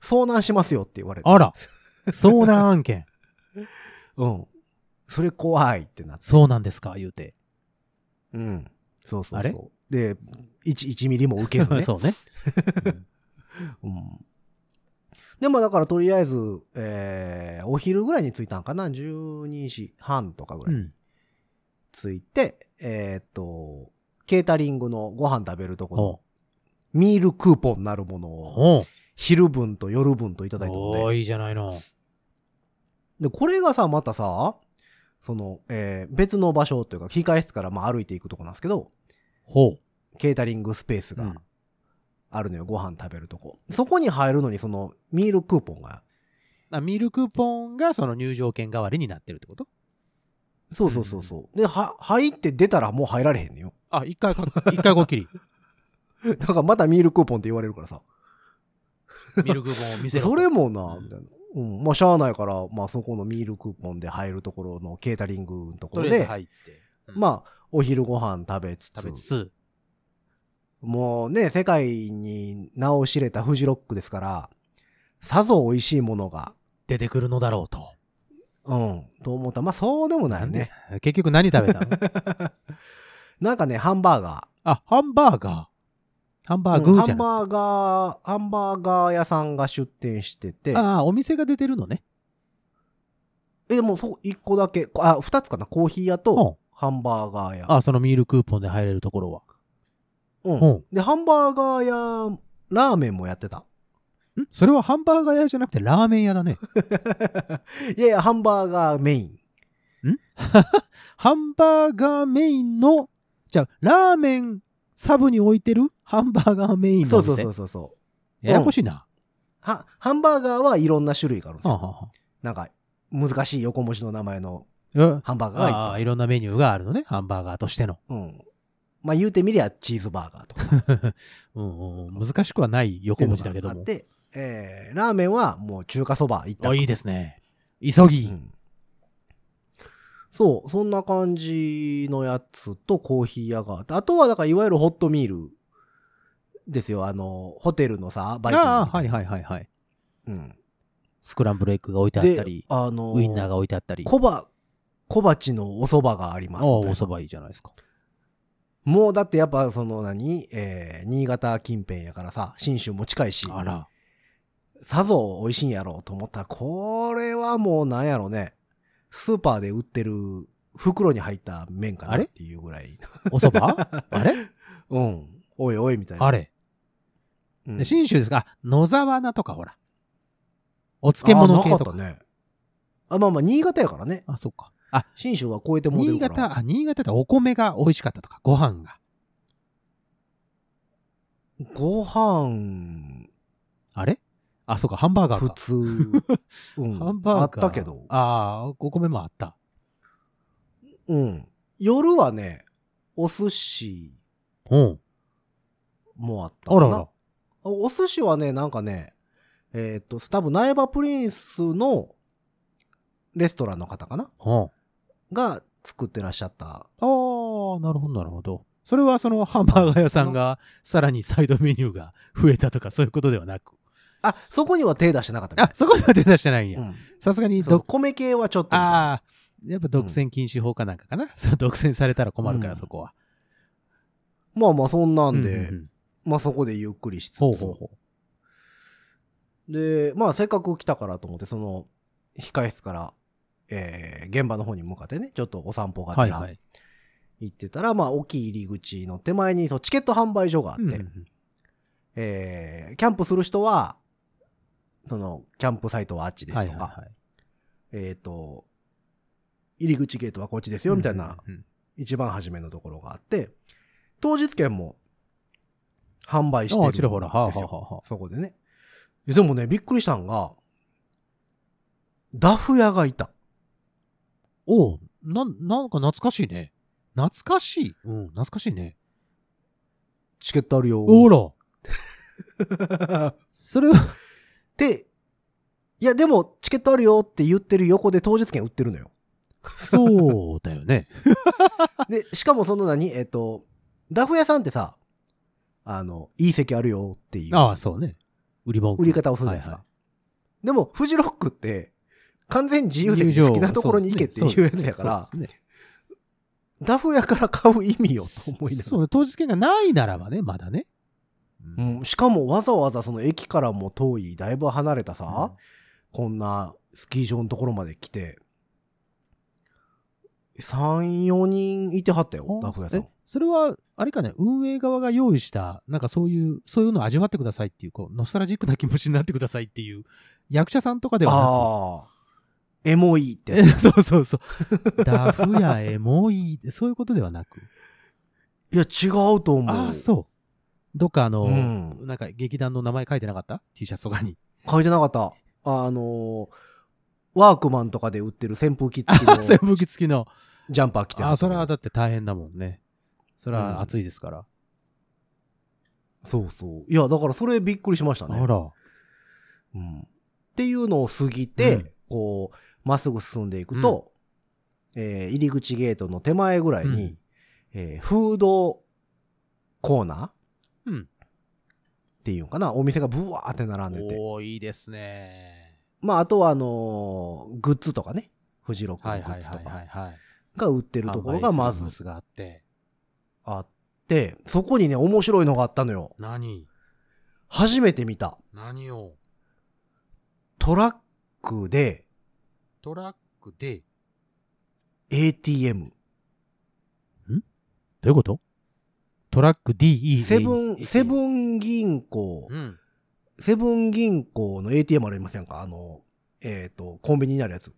遭難しますよって言われて。
あら、遭難案 (laughs) 件。
うん。それ怖いってなって。
そうなんですか、言うて。
うん。そうそうそう。
あれ
で、1、1ミリも受け
(laughs)
ずね。
そうね。
うん。でもだからとりあえず、えー、お昼ぐらいに着いたんかな ?12 時半とかぐ
う
らいに
ん。
着いて、えーっと、ケータリングのご飯食べるとこの
ほ
ミールクーポンなるもの
う。
を、
ほ
昼分と夜分といた
う。
だいたので。
おーいいじゃないの。
で、これがさ、またさ、その、えー別の場所というか、機械室からまあ歩いていくとこなんですけど、
ほ
ケータリングスペース
う。うん
があるのよ、ご飯食べるとこ。そこに入るのに、その、ミールクーポンが。
あミルクポンがその入場券代わりになってるってこと
そうそうそうそう。で、は、入って出たらもう入られへんのよ。 (laughs)
あ、一回か、一回ごっき (laughs) り。
だからまたミールクーポンって言われるからさ。
ミルクポンを見せろ。
それもな、
うん
みたいな。うん。まあ、しゃあないから、まあ、そこのミールクーポンで入るところのケータリングのとことろ
りあえず
で、
入って。うん
まあ、お昼ご飯食べつつ、
食べつつ。
もうね、世界に名を知れたフジロックですから、さぞ美味しいものが、
出てくるのだろうと。
うん、と思った。まあ、そうでもないね。
なんで結局何食べたの
なんかね、ハンバーガ
(laughs) あ、ハンバーガー。ハン
ー。
バーグーじ
ハ
ゃ
ン
な
バーガー、ハンバーガー屋さんが出店してて
い、ああ、お店が出てるのね。
え、でもそう、一個だけ、あ、二つかな、コーヒー屋
うん
と、ハンバーガー屋。
あそのミールクーポンで入れるところは。
う。
うん
で、ハンバーガー屋、ラーメンもやって
(laughs)
た。
ん。それはハンバーガー屋じゃなくてラーメン屋
(laughs)
だね。
いやいや、ハンバーガーメイン。
ハンバーガーメインの、じゃあ、ラーメンサブに置いてるハンバーガーメインの
そ
お
う
店。
そうそうそうそう。
ややこしいな。
は、ハンバーガーはいろんな種類があるんです
はあ
よ。
はあはあ
なんか、難しい横文字の名前の
え
ハンバーガーがいっ
あ
ぱ
あ、
い。
いろんなメニューがあるのね。ハンバーガーとしての。
うん。まあ言うてみりゃチーズバーガーとか。
うんうんうん、難しくはない横文字だけど
あっ
も。
て、えー、ラーメンはもう中華そば一
あ
択。
いいですね。急ぎ。
うんそう、そんな感じのやつとコーヒー屋があって、あとはだからいわゆるホットミールですよ。あの、ホテルのさ、バイキングみた
あ
な
あ、はいはいはいはい。
うん。
スクランブルエッグが置いてあっ
で
たり、、
あの、
ウインナーが置いてあったり。
小葉、小鉢のお蕎麦があります
ああ、
みたい
お
な。
そばいいじゃないですか。
もうだってやっぱその何、えー、新潟近辺やからさ、信州も近いし、
あら。
さぞ美味しいんやろうと思ったら、これはもうなんやろね、スーパーで売ってる袋に入った麺か
あ
な
れ
っていうぐらい、
おそばあれ
うん、おいおいみたいな。
あれ。
うん、
で信州ですが、あ野沢菜とかほら。お漬物系と
あ
か。
なったね。あ、まあまあ、新潟やからね。
あ、そっか。あ、
信州は超えてもうて
新
るから。
潟、あ、新潟ってお米が美味しかったとか、ご飯が。
ご飯、
あれあ、そうか、ハンバーガー
普
か。
通。うん
ハンバーガー。
あったけど。
ああ、お米もあった。
うん。夜はね、お寿司
うん。
もあった
あ
からな
あら。
お寿司はね、なんかね、えーっと、多分、苗場プリンスのレストランの方かな
うん。
が作ってらっしゃった。
ああ、なるほど、なるほど。それはそのハンバーガー屋さんがさらにサイドメニューが増えたとかそういうことではなく。
あ、そこには手出してなかったみ
あ、そこには手出してないん
たい
や。
うん
さすがに
そう
ど、
米系はちょっとみたいな。
ああ、やっぱ独占禁止法かなんかかな。そう独占されたら困るか
う
ら、
ん
そこは。
まあまあ、そんなん
う
で、
ううん
まあそこでゆっくりしつつ。
ほうほうほ
で、まあせっかく来たからと思って、その、控室から、えー現場の方に向かってね、ちょっとお散歩
う。
が
は
て
い
ら
はい。
行ってたら、まあ、大きい入り口の手前に、そう、チケット販売所があって、
うん
えーキャンプする人は、その、キャンプサイトはあっちですと
は
か、
いはいはい。
えっ、と、入り口ゲートはこっちですよ、みたいな、
うんうん
一番初めのところがあって、当日券も販売して
うん。
るん
ああ、
です
ち
よ。
らほら、はあ、はあはあはあ。
そこでね。いやでもね、びっくりしたんが、ダフ屋がいた。
おうな、なんか懐かしいね。懐かしいうん、懐かしいね。
チケットあるよ。
おら。
(laughs)
それは、
で、いやでも、チケットあるよって言ってる横で当日券売ってるのよ。
そうだよね。
で、しかもその何えっ、と、ダフ屋さんってさ、あの、いい席あるよっていう
ああ、そうね。売り文句
売り方をするじゃないですか。
は
でも、フジロックって、完全自
い
由
はい
席で好きなところに行けっていうやつ
そうですね
やから、
そうですね
ダフ屋から買う意味よと思いなが
そ
ら
うね当日券がないならばね、まだね。
う。ん、しかもわざわざその駅からも遠い、だいぶ離れたさ、こんなスキー場のところまで来て、3、4人いてはったよ、ダフ屋さ
え
ん。、
それは、あれかね、運営側が用意した、なんかそういう、そういうのを味わってくださいっていう、こう、ノスタルジックな気持ちになってくださいっていう、役者さんとかでは
ああ、エモいって
な
や
く。
つ
え (laughs) そうそうそう。ダフやエモい、そういうことではなく。
いや、違うと思う。
ああ、そう。どっかあの、
うん
なんか劇団の名前書いてなかった ?T シャツとかに。
書いてなかった。あのーワークマンとかで売ってる扇風機付き
扇
の
風機付きの。
ジャンパー着て
あ
は
あ、
った
そ
け
れ
ど
はだって大変だもんね。それは暑いですから。
そうそう。いや、だからそれびっくりしましたね。
あら。
うん、っていうのを過ぎて、
うん
こう、まっすぐ進んでいくと、えー入り口ゲートの手前ぐらいに、
うん
えーフードコーナーっ
うん。
ていうのかなお店がブワーって並んでて。
おー、いいですね。
まあ、あとはあのーグッズとかね。フジロック
は
の
い
グ
は
ッ
い
ズと
はいは
か
いはい。
が売ってるところがま
販売
ず
するブースがあって。
あって、そこにね、面白いのがあったのよ。
何
初めて見た。
何を
トラックで
トラックで。
ATM。
どういうことトラック DE。
セブン、セブン銀行
う。ん。
セブン銀行の ATM ありませんかあの、えっ、と、コンビニにあるやつ。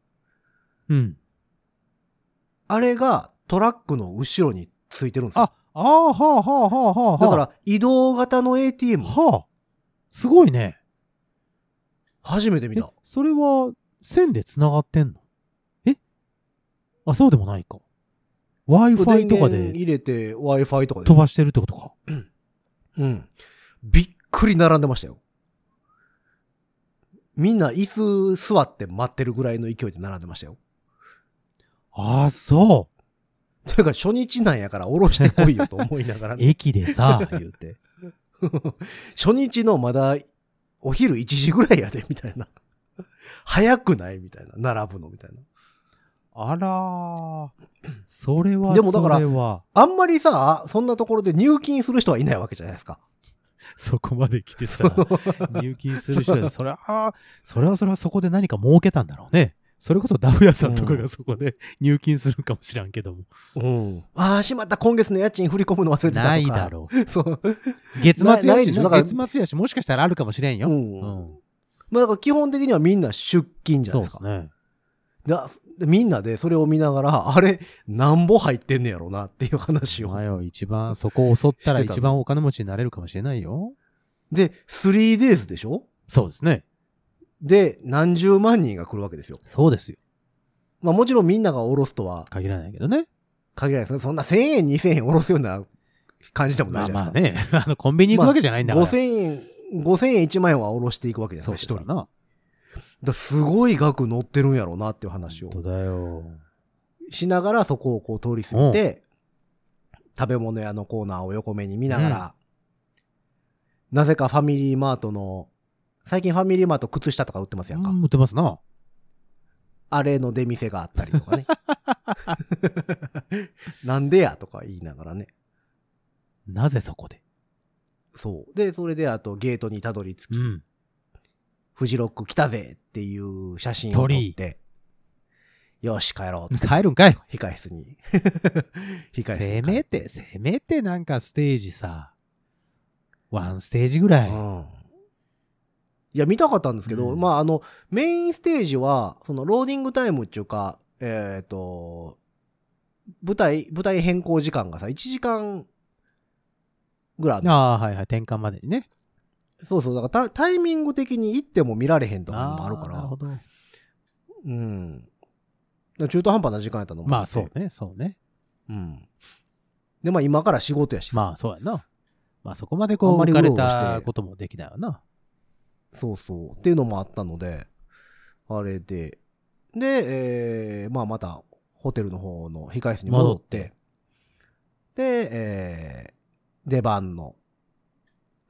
うん。
あれがトラックの後ろについてるんですよ。
あ、ああ、はあ、はあ、はあ、はあ。
だから、移動型の ATM、
はあ。すごいね。
初めて見
え
た。
それは、線で繋がってんのえあ、そうでもないか。Wi-Fi とか
電源
で
入れて Wi-Fi とかで。
飛ばしてるってことか。
うん。びっくり並んでましたよ。みんな椅子座って待ってるぐらいの勢いで並んでましたよ。
ああ、そ
というか、初日なんやから降ろしてこいよと思いながら
う。
ね。
駅で
(laughs)
さ、言うて。
初日のまだお昼1時ぐらいやで、みたいな。 (laughs) 早くないみたいな。並ぶの、みたいな。
あらー。それは、
でもだから
それは、
あんまりさ、そんなところで入金する人はいないわけじゃないですか。
そこまで来てさ、入金する人で、それは、それはそれはそこで何か儲けたんだろうね。それこそダフ屋さんとか
うん
がそこで入金するかもしらんけども。
うん。ああ、しまった、今月の家賃振り込むの忘れてたとか。
ないだろう。
そう。
月末
な
や
ないで
し、
しょだから
月末やし、もしかしたらあるかもしれんよ。
うん
うん
まあだから基本的にはみんな出勤じゃないうで
そですす
か。
ね。
だでみんなでそれを見ながら、あれ、なんぼ入ってんねやろなっていう話
お
を。
前を一番、そこを襲ったら
してたの
一番お金持ちになれるかもしれないよ。
で、3days でしょ
そうですね。
で、何十万人が来るわけですよ。
そうですよ。
まあもちろんみんなが下ろすとは
限らないけどね。
限らないですね。そんな1000円、2000円下ろすような感じでもな
ま
い
あ
じゃな
まあ
いですか。
ね、 (laughs) あの、コンビニ行くわけじゃないんだから。
5000円、5000円1万円は下ろしていくわけじゃない
そう
で
で
か、一
すすよ
人。
な。
だすごい額乗ってるんやろうなっていう話を
本当だよ。
しながらそこをこう通り過ぎて、食べ物屋のコーナーを横目に見ながら、なぜかファミリーマートの、最近ファミリーマート靴下とか売ってますやんか。
うん、売ってますな。
あれの出店があったりとか
(laughs)
ね。なんでやとか言いながらね。
なぜそこで。
そう。で、それであとゲートにたどり着き、
ん。
フジロック来たぜっていう写真を撮っ
鳥居
て、よし、帰ろうっつっ
(laughs)
て。
(laughs) 帰るんかい
控室
(laughs)
に。控室
せ
に
めて、せめてなんかステージさ、ワンステージぐらい。
うんいや見たかったんですけど、
うん
まああのメインステージはそのローディングタイムっていうかえっ、と舞台舞台変更時間がさ1時間ぐらいあるの
ああ、はいはい、転換までにね。
そうそうだからタタイミング的に行っても見られへんとかもあるか
ーなる
ら
ほど。
うんだから中途半端な時間やったのもっ
まあ
て
そうね、そうね。
うんでまあ今から仕事やしさ、
まあそうやな。まあそこまで
あ
こ
ん
う、
まり
浮かれ
うろうろして
たこともできないわな。
そうそう。っていうのもあったので、あれで、で、えーまあまた、ホテルの方の控室に戻って、で、えー出番の、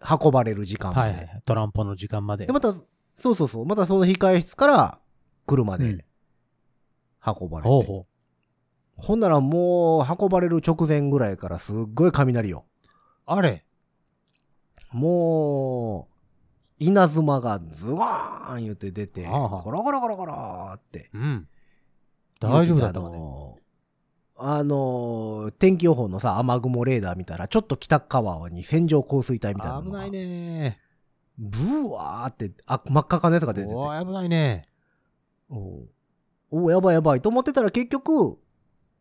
運ばれる時間ま
は
で。
いはいはい。トランポの時間まで。
で、また、そうそうそう、またその控室から車
う
で
ん
運ばれて、
ほうほう。
ほんならもう、運ばれる直前ぐらいからすっごい雷よ。
あれ
もう、稲妻がズワーン言って出て、
はあはあ
ゴロゴロゴロゴローって、
うん。大丈夫だった
あ
かね。
のーあのー天気予報のさ、雨雲レーダー見たら、ちょっと北川に線状降水帯みたいなの
危
が
ないね
ブワーって、あ、真っ赤かのやつが出てて。
おー危ないね
おうおうやばいやばいと思ってたら結局、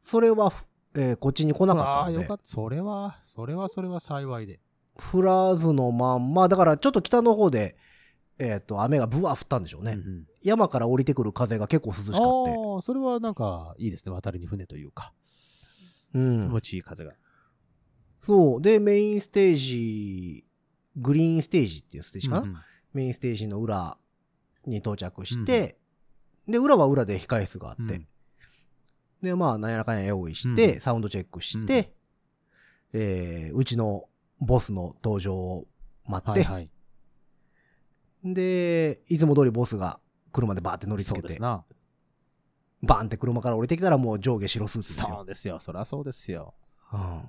それはふ、えーこっちに来なか
あ
っ
あ
たの
ー、よ
で
か、った。それは、それはそれは幸いで。
降らずのまんま、だからちょっと北の方で、えっ、と、雨がブワー降ったんでしょうね。
うんうん
山から降りてくる風が結構涼しかって。
ああ、それはなんか、いいですね。渡りに船というか。
う
気
ん。
持ちいい風が。
そう。で、メインステージ、グリーンステージっていうステージかな、
うんうん
メインステージの裏に到着して、で、裏は裏で控室があって、
うん
で、まあ、なんやらかんや用意して、
うん
サウンドチェックして、えーうちのボスの登場を待っ
は
て、
いはい。
で、いつも通りボスが車でバーって乗りつ
そう
け
で
て
す、な。
バーンって車から降りてきたらもう上下白スーツで
ス
す
トー
よ
ン。ですよ。そりゃそうで
(laughs)
すよ。
うん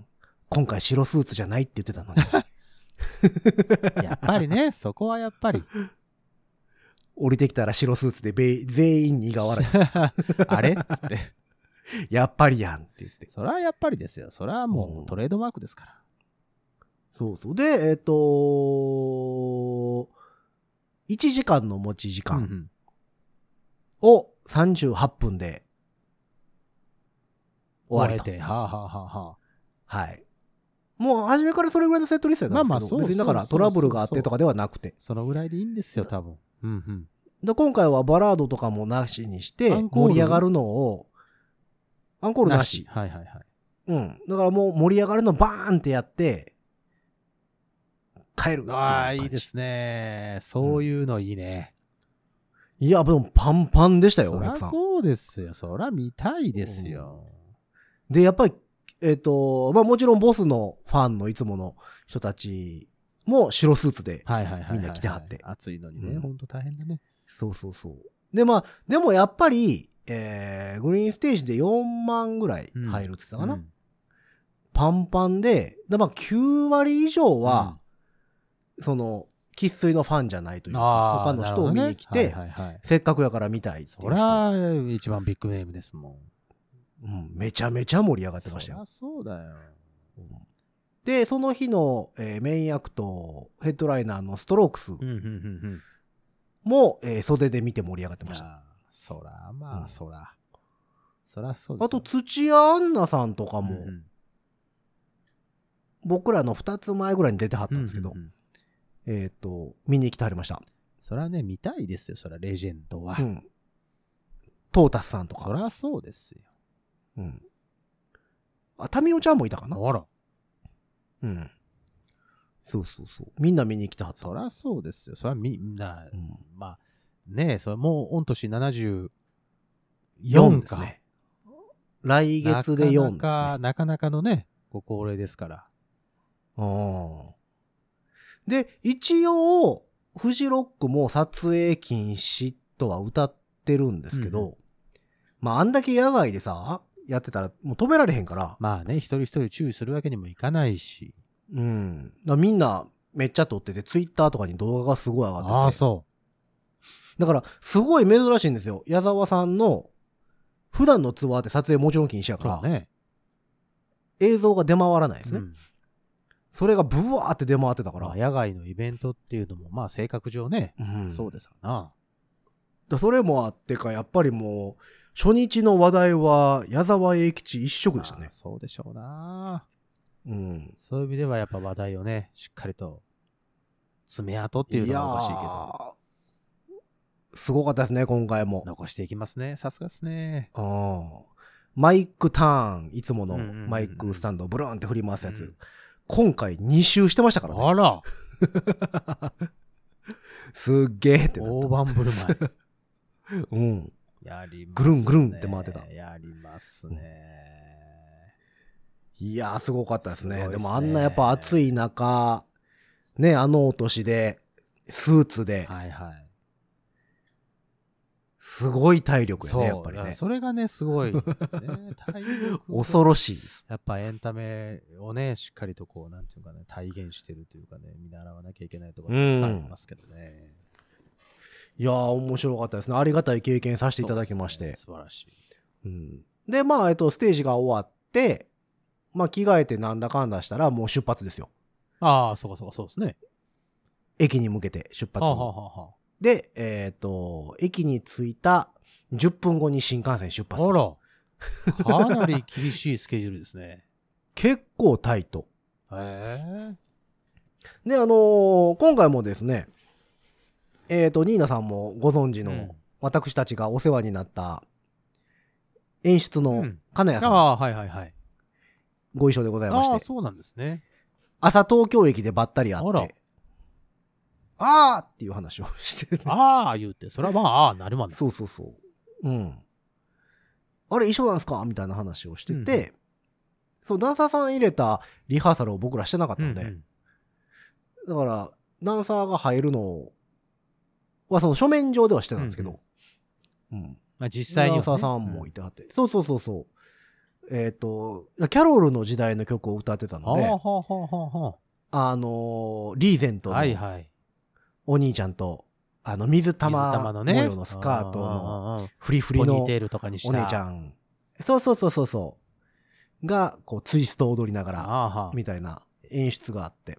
今回白スーツじゃないって言ってたのに、
やっぱりね、そこはやっぱり。
(laughs) 降りてきたら白スーツでべい全員苦
(laughs)
笑
あれっつって。
い。やっぱりやんって言って。
それはやっぱりですよ。それは
う
も
ん
うトレードマークですから。
そうそう。で、えっ、と1時間の持ち時
うんう
間
ん
を38分で終わりと。
て、はあ、はあはあは
はい。もう初めからそれぐらいのセットリストやったんですけど、
まあまあそう
別にだから
そ
ト
うそうそ
ラ
う
ブルがあってとかではなくて
あ、。そのぐらいでいいんですよ、多分。うん
で今回はバラードとかもなしにして、
アンコール
盛り上がるのを、アンコー
うん。
ルなし。
はいはいはい。
うん。だからもう盛り上がるのバーンってやって、帰るってう
ああ、
感じ
いいで。すね。そういうのいいね。
いや、でもパンパンでしたよ、
そ
お
りゃ
客さん。
そうですよ。そりゃ見たいですよ。
で、やっぱり、えっ、と、まあもちろんボスのファンのいつもの人たちも白スーツで、
はいはいはいはい。
みんな来てはって
暑いのに
う
ね、
ん
ほんと大変だね。
そうそうそう。で、まあ、でもやっぱり、えー、グリーンステージで4万ぐらい入るって言ってたかな。
うん
パンパンで、でまあ9割以上は、その、生粋のファンじゃないというか、他の人を見に来て、
あーなるほどねはいはいはい
せっかくやから見たいってい
そうり
人、
ゃ一番ビッグネームですもん。
うん、めちゃめちゃ盛り上がってましたよ
そりゃ。そうだよ。
で、その日の、えーメインアクト、ヘッドライナーのストロークス
うんうんうんうん。
も、えー袖で見て盛り上がってました。
あーそらまあ、
うん
そら。そらそうです
あと、
よ
土屋アンナさんとかも、
うんうん
僕らの2つ前ぐらいに出てはったんですけど、
ううんうん
えっ、と、見に来てはりました。
そらね、見たいですよ、そらレジェンドは
う。ん。トータスさんと
そ
か。
らそうですよ。
うん。あ、タミオちゃんもいたかな
あら。
うん。そうそうそう。みんな見に来てはった。
そらそうですよ。そらみんな
う、ん
まあ、ねえ、それもう、御年74
4です
か。
ね。来月で4です、ね。
なかなか、なかなかのね、ご高齢ですから。
うんで、一応、フジロックも撮影禁止とは歌ってるんですけど、
う
まあ、あんだけ野外でさ、やってたらもう止められへんから、
まあね、一人一人注意するわけにもいかないし。
うん。だからみんなめっちゃ撮ってて、ツイッターとかに動画がすごい上がってて。
ああ、そ
だから、すごい珍しいんですよ。矢沢さんの普段のツアーって撮影もちろん禁止やから
そ、うね。
映像が出回らないですね。
うん
それがブワーって出回ってたか
ま
ら
あ、。野外のイベントっていうのも、まあ、性格上ね、
うん
そうですわな。
だそれもあってか、やっぱりもう、初日の話題は矢沢永吉一色でした
ま
ね
あ。そうでしょうな。
うん。
そういう意味では、やっぱ話題をね、しっかりと、爪痕っていうのはおかしいけ
い
ど、
やーすごかったですね、今回も。
残していきますね。さすがですね。
うんマイクターン、いつもの
うんうんうんうん
マイクスタンドをブルーンって振り回すやつ。
うん
今回2周してましたからね。
あら、
すっげーってな
大
っ
盤振る
(laughs)
舞い。
た。うん。
やりま
ぐ
す、ね。
るんぐるんって回ってた
やりますね。
いやー、すごかったですね。
すごいっすね
でもあんなやっぱ暑い中、ね、あのお年で、スーツで、
はいはい。
すごい体力や
そう、
ね、やっぱり
いや
ね。
それがね、すごい、ね。
(laughs)
体力が
恐ろしいです。
やっぱエンタメをね、しっかりとこう、なんていうかね、体現してるというかね、見習わなきゃいけないところがたくさんありますけどね。
いやー、面白かったですね。ありがたい経験させていただきまし
そう
て
で。すね素晴らしい。
うんで、まあ、えっと、ステージが終わって、まあ、着替えてなんだかんだしたら、もう出発ですよ。
ああ、そうかそうか、そうですね。
駅に向けて出発
は。あ、はあは
で、えっ、と、駅に着いた10分後に新幹線出
あ
発
は。あ、あら、かなり厳しいスケジュールですね。
結構タイト。
へえ。
で、あのー今回もですね、えっ、と、ニーナさんもご存知の、
うん
私たちがお世話になった演出
う
の
ん
金谷
あ
さん、
あ、はいはいはい。
ご一緒でございま
あ
し
あ、
て、
そうなんですね。
朝東京駅でばったり会
あ
っ
ら
て、あーっていう話をしてて
ああ、言うて、それはまあ、ああ、なるまんね
そうそうそう。うん。あれ、一緒なんすかみたいな話をしてて、そう、ダンサーさん入れたリハーサルを僕らしてなかった
うんん
で、
うん
だから、ダンサーが入るのは、その書面上ではしてたんですけど、うん、
まあ、実際には
ダ
ね。
ンサーさんも
う
いてはって、そうそうそうそう。えっ、と、キャロルの時代の曲を歌ってた
は
の
あ
で、
は
あ、
あはあはあは
のーリーゼン
あ。
トの
はいはい。
お兄ちゃんと、あの、水
水
玉
玉
模
のね。
様のスカートの
うんうんうん、
フリフリ
ポニ
の、
ーテールとかにした。
お姉ちゃん。そうそうそうそうそう。が、こう、ツイストを踊りながら、
ああはあ
みたいな演出があって。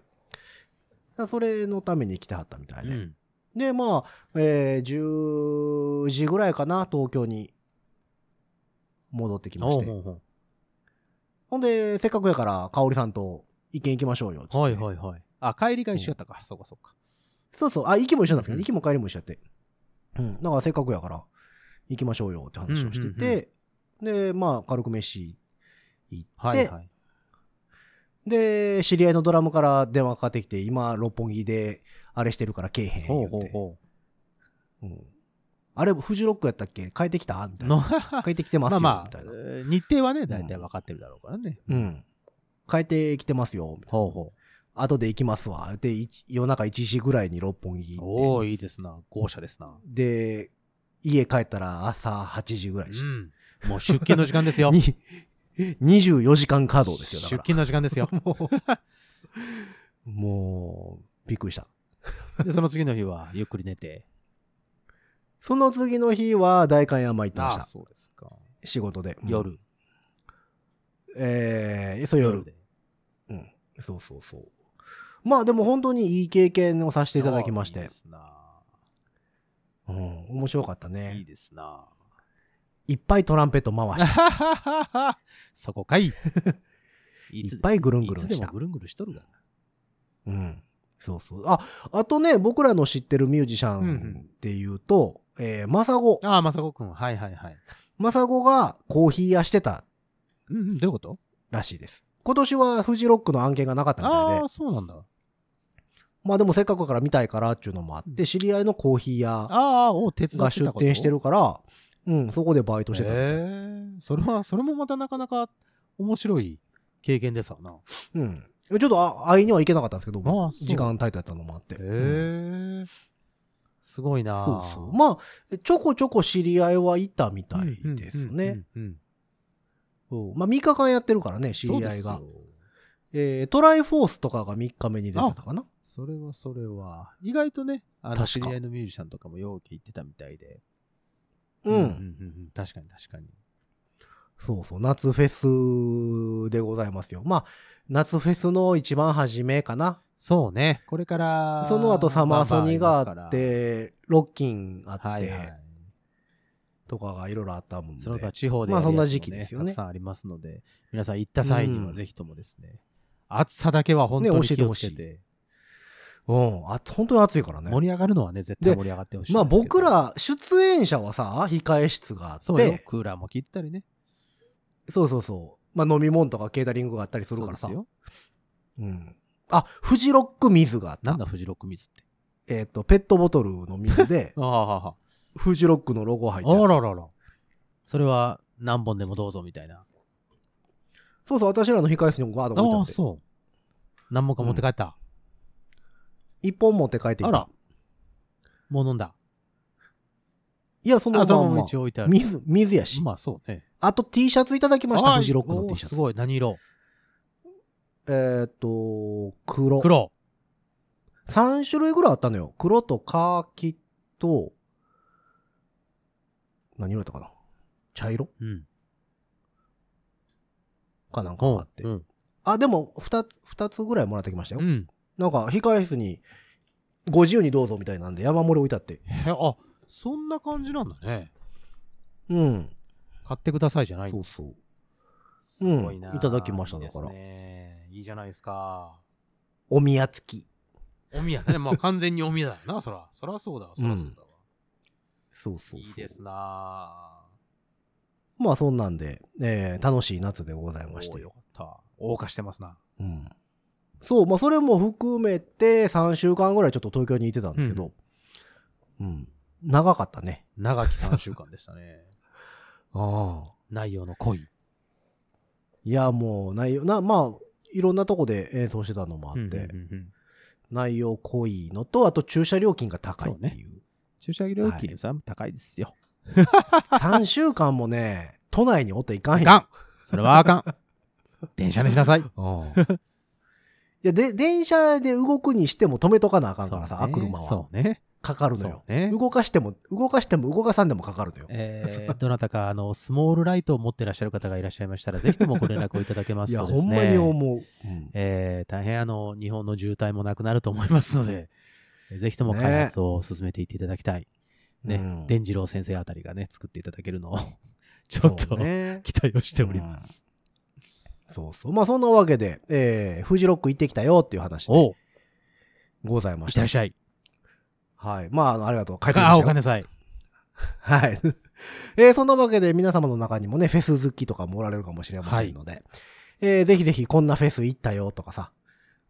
だからそれのために来てはったみたいで。
うん
で、まあ、えー10時ぐらいかな、東京に戻ってきまし
おう
て。
ほうほ
ほんで、せっかくやから、香織さんと意見行きましょうよっつって。
うはいはいはい。あ、帰りが一緒やったか。そうかそうか。
そうそう。あ、行きも一緒なんですけど、
うん
行きも帰りも一緒やって。うん。だからせっかくやから、行きましょうよって話をしてて、で、まあ、軽く飯行って、
はいはい。
で、知り合いのドラムから電話かかってきて、今、六本木で、あれしてるから来えへん。言うて
ほ
うんあれ、フジロックやったっけ帰ってきたみたい
の (laughs)
な。帰ってきてま
ます
よ。
あま
みた
あ
いな。、
日程はね、大体分かってるだろうからね。
うん。帰ってきてますよ。みたいな
ほうほ
後で行きますわ。で、い夜中1時ぐらいに六本木
う。
行
お
っ
おいいですな。豪奢ですな。
て。で、家帰ったら朝8時ぐら
う
いし。
ん。もう出勤の時間です
(laughs)
よ。
に24時間稼働ですよ。だ
出
から
勤の時間
(laughs)
ですよ。
もう、びっくりした。
で、その次の日は、ゆっくり寝て。
その次の日は、代官山行ってまし
ああ、
た。
そうですか。
仕事で。うん
夜。
えー、そう夜
で。
うん。そうそうそう。まあでも本当にいい経験をさせていただきまし
いい
て
で。すな。
うん。面白かった
いい
ね。
で
(laughs)
すな。
いっぱいトランペット回して、
そこかい。い
(laughs) いっ
つで
ぱいぐるんぐ
い
る
つ
ん
で
し
も
た。
ぐるんぐるんしとるがな。
うん。そうそう。あ、あとね、僕らの知ってるミュージシャ
うんう
ン
ん
っていうと、えー、マサゴ。
ああ、まさこくん。はいはいはい。
マサゴがコーヒー屋してた
うんうん、どういうこと
らしいです。今年はフジロックの案件がなかったみたい
ああ
で
ー、、そうなんだ。
まあでもせっかくだから見たいからっていうのもあって、知り合いのコーヒー屋
ああ、お手伝
が
って
出
たこと
店してるから、うん、そこでバイトしてたみたい。
へえそれは、それもまたなかなか面白い経験ですわな。
うん。ちょっとあ会いには行けなかったんですけど
ああ、そう
時間タイトやったのもあって。
へ
うん
えすごいな
そうそう。まあ、ちょこちょこ知り合いはいたみたいですね。。
うんうんうんうん
そうまあ、3日間やってるからね、知り合いが
そう。ですよ
えートライフォースとかが3日目に出てたかな。
それはそれは。意外とね、あ
確
の
か
知り合いのミュージシャンとかもよく聞いてたみたいで。
う。
うんんうんうん確かに確かに。
そうそう、夏フェスでございますよ。まあ、夏フェスの一番初めかな。
そうね。これから、
その後サマーソニーがあっ
バン
て、ロッキンあ
バンあ
っ
りますからはいは
て
い、。
とかがいろいろあったもんで。
その他地方で
ま
や
あそ
るやつも、
んな時期ですよね
たくさんありますので、皆さん行った際にはぜひともですね、暑さだけは本当
ね
に
教え
気
て
を
ほ
つ
しい
けて、
うん。あ、本当に暑いからね。
盛り上がるのはね、絶対盛り上がってほしいですけど。
まあ僕ら出演者はさ、控え室があって、
そうよ、クーラーも切ったりね。
そうそうそう。まあ飲み物とかケータリングがあったりするからさ。
そうです
う
よ
ん。あ、フジロック水があった。
なんだ、フジロック水って。
えっ、と、ペットボトルの水で
(laughs) 、ああはあはあ
フジロックのロゴ入ってる
あららら。それは何本でもどうぞみたいな。
そうそう、私らの控え室にもガード置いて
あ
あ
あ、
って。
そう。何本か持って帰った。
一本持って帰ってき
あら
た。。
もう飲んだ。
いや、その
あ、そ
ま
の
ん
ま
ま
ま。一応置いてある。
水、水やし。
まあそうね。
あと T シャツいただきまし
あ
た、
ー
フジロックの T シ
おーす
ャツ。
ごい、何色
えっ、と、黒。
黒。
三3種類ぐらいあったのよ。黒とカーキと、何色だったかな茶色
うん。
かなんかがあって
う。ん。
あ、でも2つ、二つぐらいもらってきましたよ。
うん。
なんか、控え室に、ご自由にどうぞみたいなんで、山盛り置いてあって。
へあ、そんな感じなんだね。
うん。
買ってくださいじゃない
そうそう。
すごいな、
うんいただきましただから
いいですねいいじゃないですか。
お宮付き。
おみやね。まあ完全におみやだよな、そら。そらそうだわ、そらそうだわ。
そうそうそう。
いいですな
まあ、そんなんで、えー楽しい夏でございまし
お
た
ー
よ
よ。かった。謳歌してますな。
うん。そう、まあ、それも含めて、3週間ぐらいちょっと東京にいてたんですけど、うん。長かったね。
長き3週間でした
(laughs)
ね。
ああ。
内容の濃い。
いや、もう、内容、な、まあ、いろんなとこで演奏してたのもあって、
うんうんうん
内容濃いのと、あと駐車料金が高いっていう。
駐車料金さ、高いですよ。
(laughs) 3週間もね、都内におったらいかん
あ
よ。
かんそれは
(laughs)
あかん電車にしなさい
うん (laughs) いや、で、電車で動くにしても止めとかなあかんからさ、
そうね
車は。
そうね。
かかるの
そ
よ。
うね。
動かしても、動かしても動かさんでもかかるのよ。
えー、どなたか、あの、スモールライトを持ってらっしゃる方がいらっしゃいましたら、ぜひともご連絡をいただけま
(laughs) い
す
や、
とで
ほ
す
んま
ね。
に思う。うん
えー大変あの、日本の渋滞もなくなると思いますので、ぜひとも開発を進めていっていただきたい。ね、
うん
伝次郎先生あたりがね、作っていただける
(laughs)
のを、ちょっ
そ
と、
うね。
期待をしております。
そうそう。まあ、そんなわけで、えー、フジロック行ってきたよっていう話で
おう、
ございま
いっ
してた
らっ。しゃい。
はい。まああの、ありがとう。帰ってきま
あ、お
したよ。
金さい。
はい。 (laughs) えーそんなわけで皆様の中にもね、フェス好きとかもおられるかもしれませんので、えーぜひぜひこんなフェス行ったよとかさ、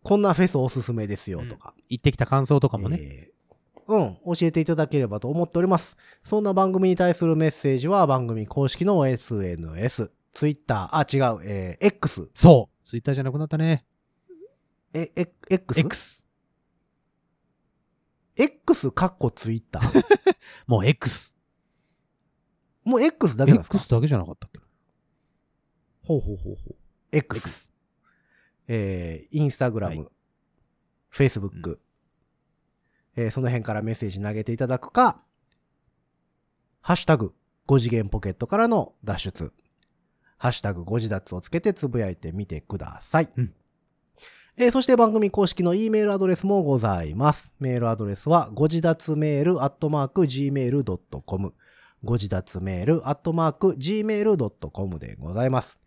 こんなフェスおすすめですよとか、
行ってきた感想とかもね、
えーうん、教えていただければと思っております。そんな番組に対するメッセージは番組公式の SNS、Twitter、あ、違う、えー X、
そう、ツイッターじゃなくなったね。
え、え X?
X。
X かっこ Twitter。
もう X。
(laughs) もう X だけなんですか
X だけじゃなかったっけ
ほうほうほうほう。X。
X
えー、インスタグラ
はい
ム、フェイスブック、えーその辺からメッセージ投げていただくか、ハッシュタグ、5次元ポケットからの脱出、ハッシュタグ、5次脱をつけてつぶやいてみてください。
うん
えーそして番組公式の E メールアドレスもございます。メールアドレスは、ご次脱メールアットマーク gmail.com。ご自立メールアットマーク gmail.com でございます。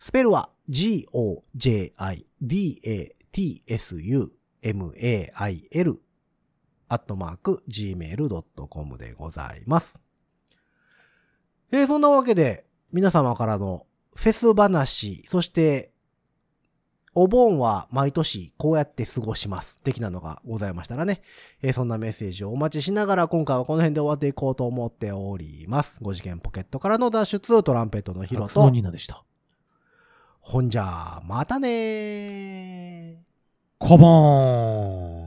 スペルは g-o-j-i-d-a-t-s-u-m-a-i-l アットマーク gmail.com でございます。えーそんなわけで皆様からのフェス話、そしてお盆は毎年こうやって過ごします。的なのがございましたらね、えーそんなメッセージをお待ちしながら今回はこの辺で終わっていこうと思っております。5次元ポケットからの脱出、トランペットのヒ
ア
ロ
クスの
と
ニーナでした。
ほんじゃ、またねー。
コボーン